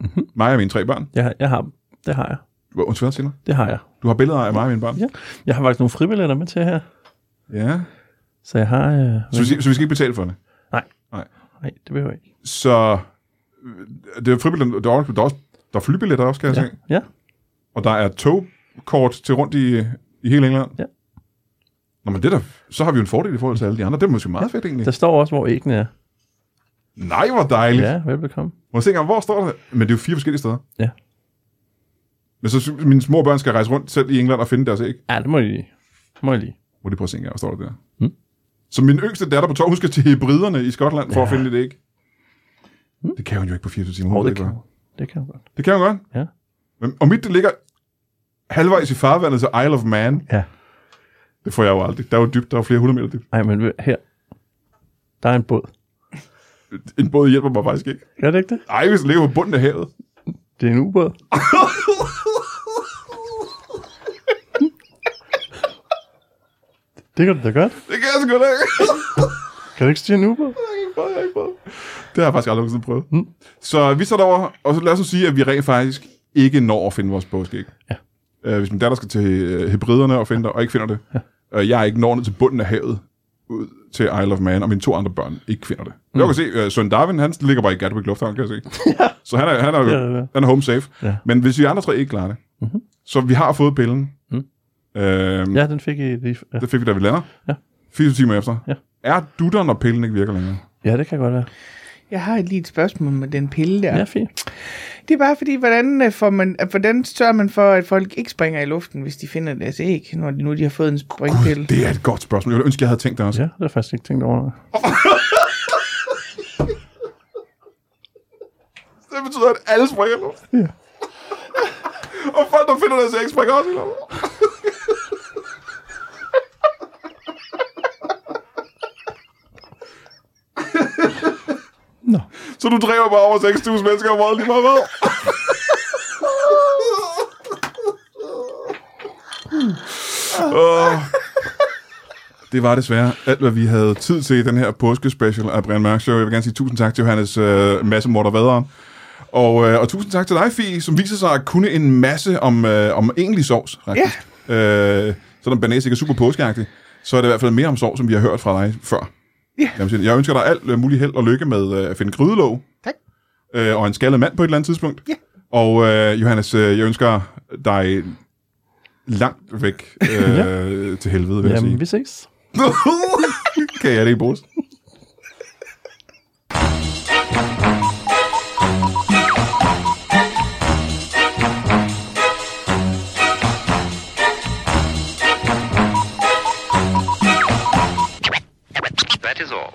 Speaker 1: Mm-hmm. Mig og mine tre børn.
Speaker 2: Jeg, har- jeg har, det har jeg.
Speaker 1: Hvor- Undskyld, hvad siger du?
Speaker 2: Det har jeg.
Speaker 1: Du har billeder af mig og mine børn?
Speaker 2: Ja. Jeg har faktisk nogle fribilletter med til her.
Speaker 1: ja.
Speaker 2: Så jeg har... Øh,
Speaker 1: Så, vi, skal- så vi skal ikke betale for det.
Speaker 2: nej, det behøver jeg ikke.
Speaker 1: Så øh, det er fribillet, der er, også- der er, også, der er flybilletter også, kan jeg ja.
Speaker 2: Ja.
Speaker 1: se.
Speaker 2: ja.
Speaker 1: Og der er togkort til rundt i, i hele England.
Speaker 2: Ja.
Speaker 1: Nå, men det der, så har vi jo en fordel i forhold til alle de andre. Det er måske meget fedt egentlig.
Speaker 2: Der står også, hvor æggene er.
Speaker 1: Nej, hvor dejligt.
Speaker 2: Ja, velbekomme.
Speaker 1: Må jeg se engang, hvor står det? Men det er jo fire forskellige steder.
Speaker 2: Ja.
Speaker 1: Men så sy- mine små børn skal rejse rundt selv i England og finde deres æg.
Speaker 2: Ja, det må jeg lige. Det må jeg lige.
Speaker 1: Må de prøve at se engang, hvor står det der?
Speaker 2: Mm.
Speaker 1: Så min yngste datter på tog, hun skal til hebriderne i Skotland for ja. at finde lidt æg. Det kan hun jo ikke på 24 timer.
Speaker 2: Hmm? Åh,
Speaker 1: hun ved
Speaker 2: det
Speaker 1: ikke,
Speaker 2: kan
Speaker 1: hvad.
Speaker 2: Det kan jeg godt.
Speaker 1: det kan hun godt.
Speaker 2: Ja.
Speaker 1: Men, og mit, det ligger halvvejs i farvandet til Isle of Man.
Speaker 2: Ja.
Speaker 1: Det får jeg jo aldrig. Der er jo dybt, der er jo flere hundrede meter dybt.
Speaker 2: Ej, men her. Der er en båd.
Speaker 1: En båd hjælper mig faktisk ikke.
Speaker 2: Gør det ikke det?
Speaker 1: Ej, hvis den ligger på bunden af
Speaker 2: <laughs>
Speaker 1: havet.
Speaker 2: Det er en ubåd. det kan du da godt.
Speaker 1: Det kan jeg sgu da ikke.
Speaker 2: Kan du ikke styre en ubåd?
Speaker 1: Prøv, jeg har ikke prøvet. Det har jeg faktisk aldrig nogensinde prøvet. Mm. Så vi tager derover, og så lad os nu sige, at vi rent faktisk ikke når at finde vores påskeæg.
Speaker 2: Ja.
Speaker 1: Øh, hvis min datter skal til øh, hebriderne og finde det, og ikke finder det. Ja. Øh, jeg er ikke når ned til bunden af havet ud til Isle of Man, og mine to andre børn ikke finder det. Mm. Jeg kan se, øh, Søren Darwin, han ligger bare i Gatwick Lufthavn, kan jeg
Speaker 2: <laughs>
Speaker 1: se. ja. Så han er, han, er,
Speaker 2: Ja, ja, ja.
Speaker 1: han er home safe.
Speaker 2: Ja.
Speaker 1: Men hvis vi andre tre ikke klarer det, mm-hmm. så vi har fået pillen. Øhm,
Speaker 2: Mm.
Speaker 1: Øh,
Speaker 2: Ja, den fik I lige. Ja.
Speaker 1: Det fik vi, da vi lander.
Speaker 2: Ja.
Speaker 1: 24 timer efter.
Speaker 2: Ja.
Speaker 1: Er dutter, når pillen ikke virker længere?
Speaker 2: ja, det kan godt være.
Speaker 3: Jeg har lige et spørgsmål med den pille der.
Speaker 2: Ja, fint.
Speaker 3: Det er bare fordi, hvordan, øh, får man, øh, hvordan sørger man for, at folk ikke springer i luften, hvis de finder deres æg, når de nu de har fået en springpille?
Speaker 1: Det er et godt spørgsmål. Jeg ville ønske, jeg havde tænkt det også.
Speaker 2: Ja, det har jeg faktisk ikke tænkt over.
Speaker 1: Ja. Det betyder, at alle springer nu.
Speaker 2: Ja.
Speaker 1: Og folk, der finder deres æg, springer også i luften.
Speaker 2: Nå.
Speaker 1: Så du dræber bare over 6.000 mennesker om året lige meget hvad? Åh. Det var desværre alt, hvad vi havde tid til i den her påskespecial af Brian Mørk Show. Jeg vil gerne sige tusind tak til Johannes øh, Masse Morter Vaderen. Og, øh, og tusind tak til dig, Fie, som viser sig at kunne en masse om, øh, om egentlig sovs, faktisk. Yeah. Øh, selvom banæs ikke er super påskeagtig, så er det i hvert fald mere om sovs, som vi har hørt fra dig før.
Speaker 3: Ja.
Speaker 1: Lad mig sige det. Jeg ønsker dig alt øh, muligt held og lykke med øh, at finde grydelåg.
Speaker 3: Tak.
Speaker 1: Øh, og en skaldet mand på et eller andet tidspunkt.
Speaker 3: Ja.
Speaker 1: Og øh, Johannes, øh, jeg ønsker dig langt
Speaker 2: <laughs>
Speaker 1: væk øh, til helvede, vil jeg sige.
Speaker 2: Jamen, vi ses.
Speaker 1: <laughs> kan jeg det i bruges?
Speaker 4: That is all.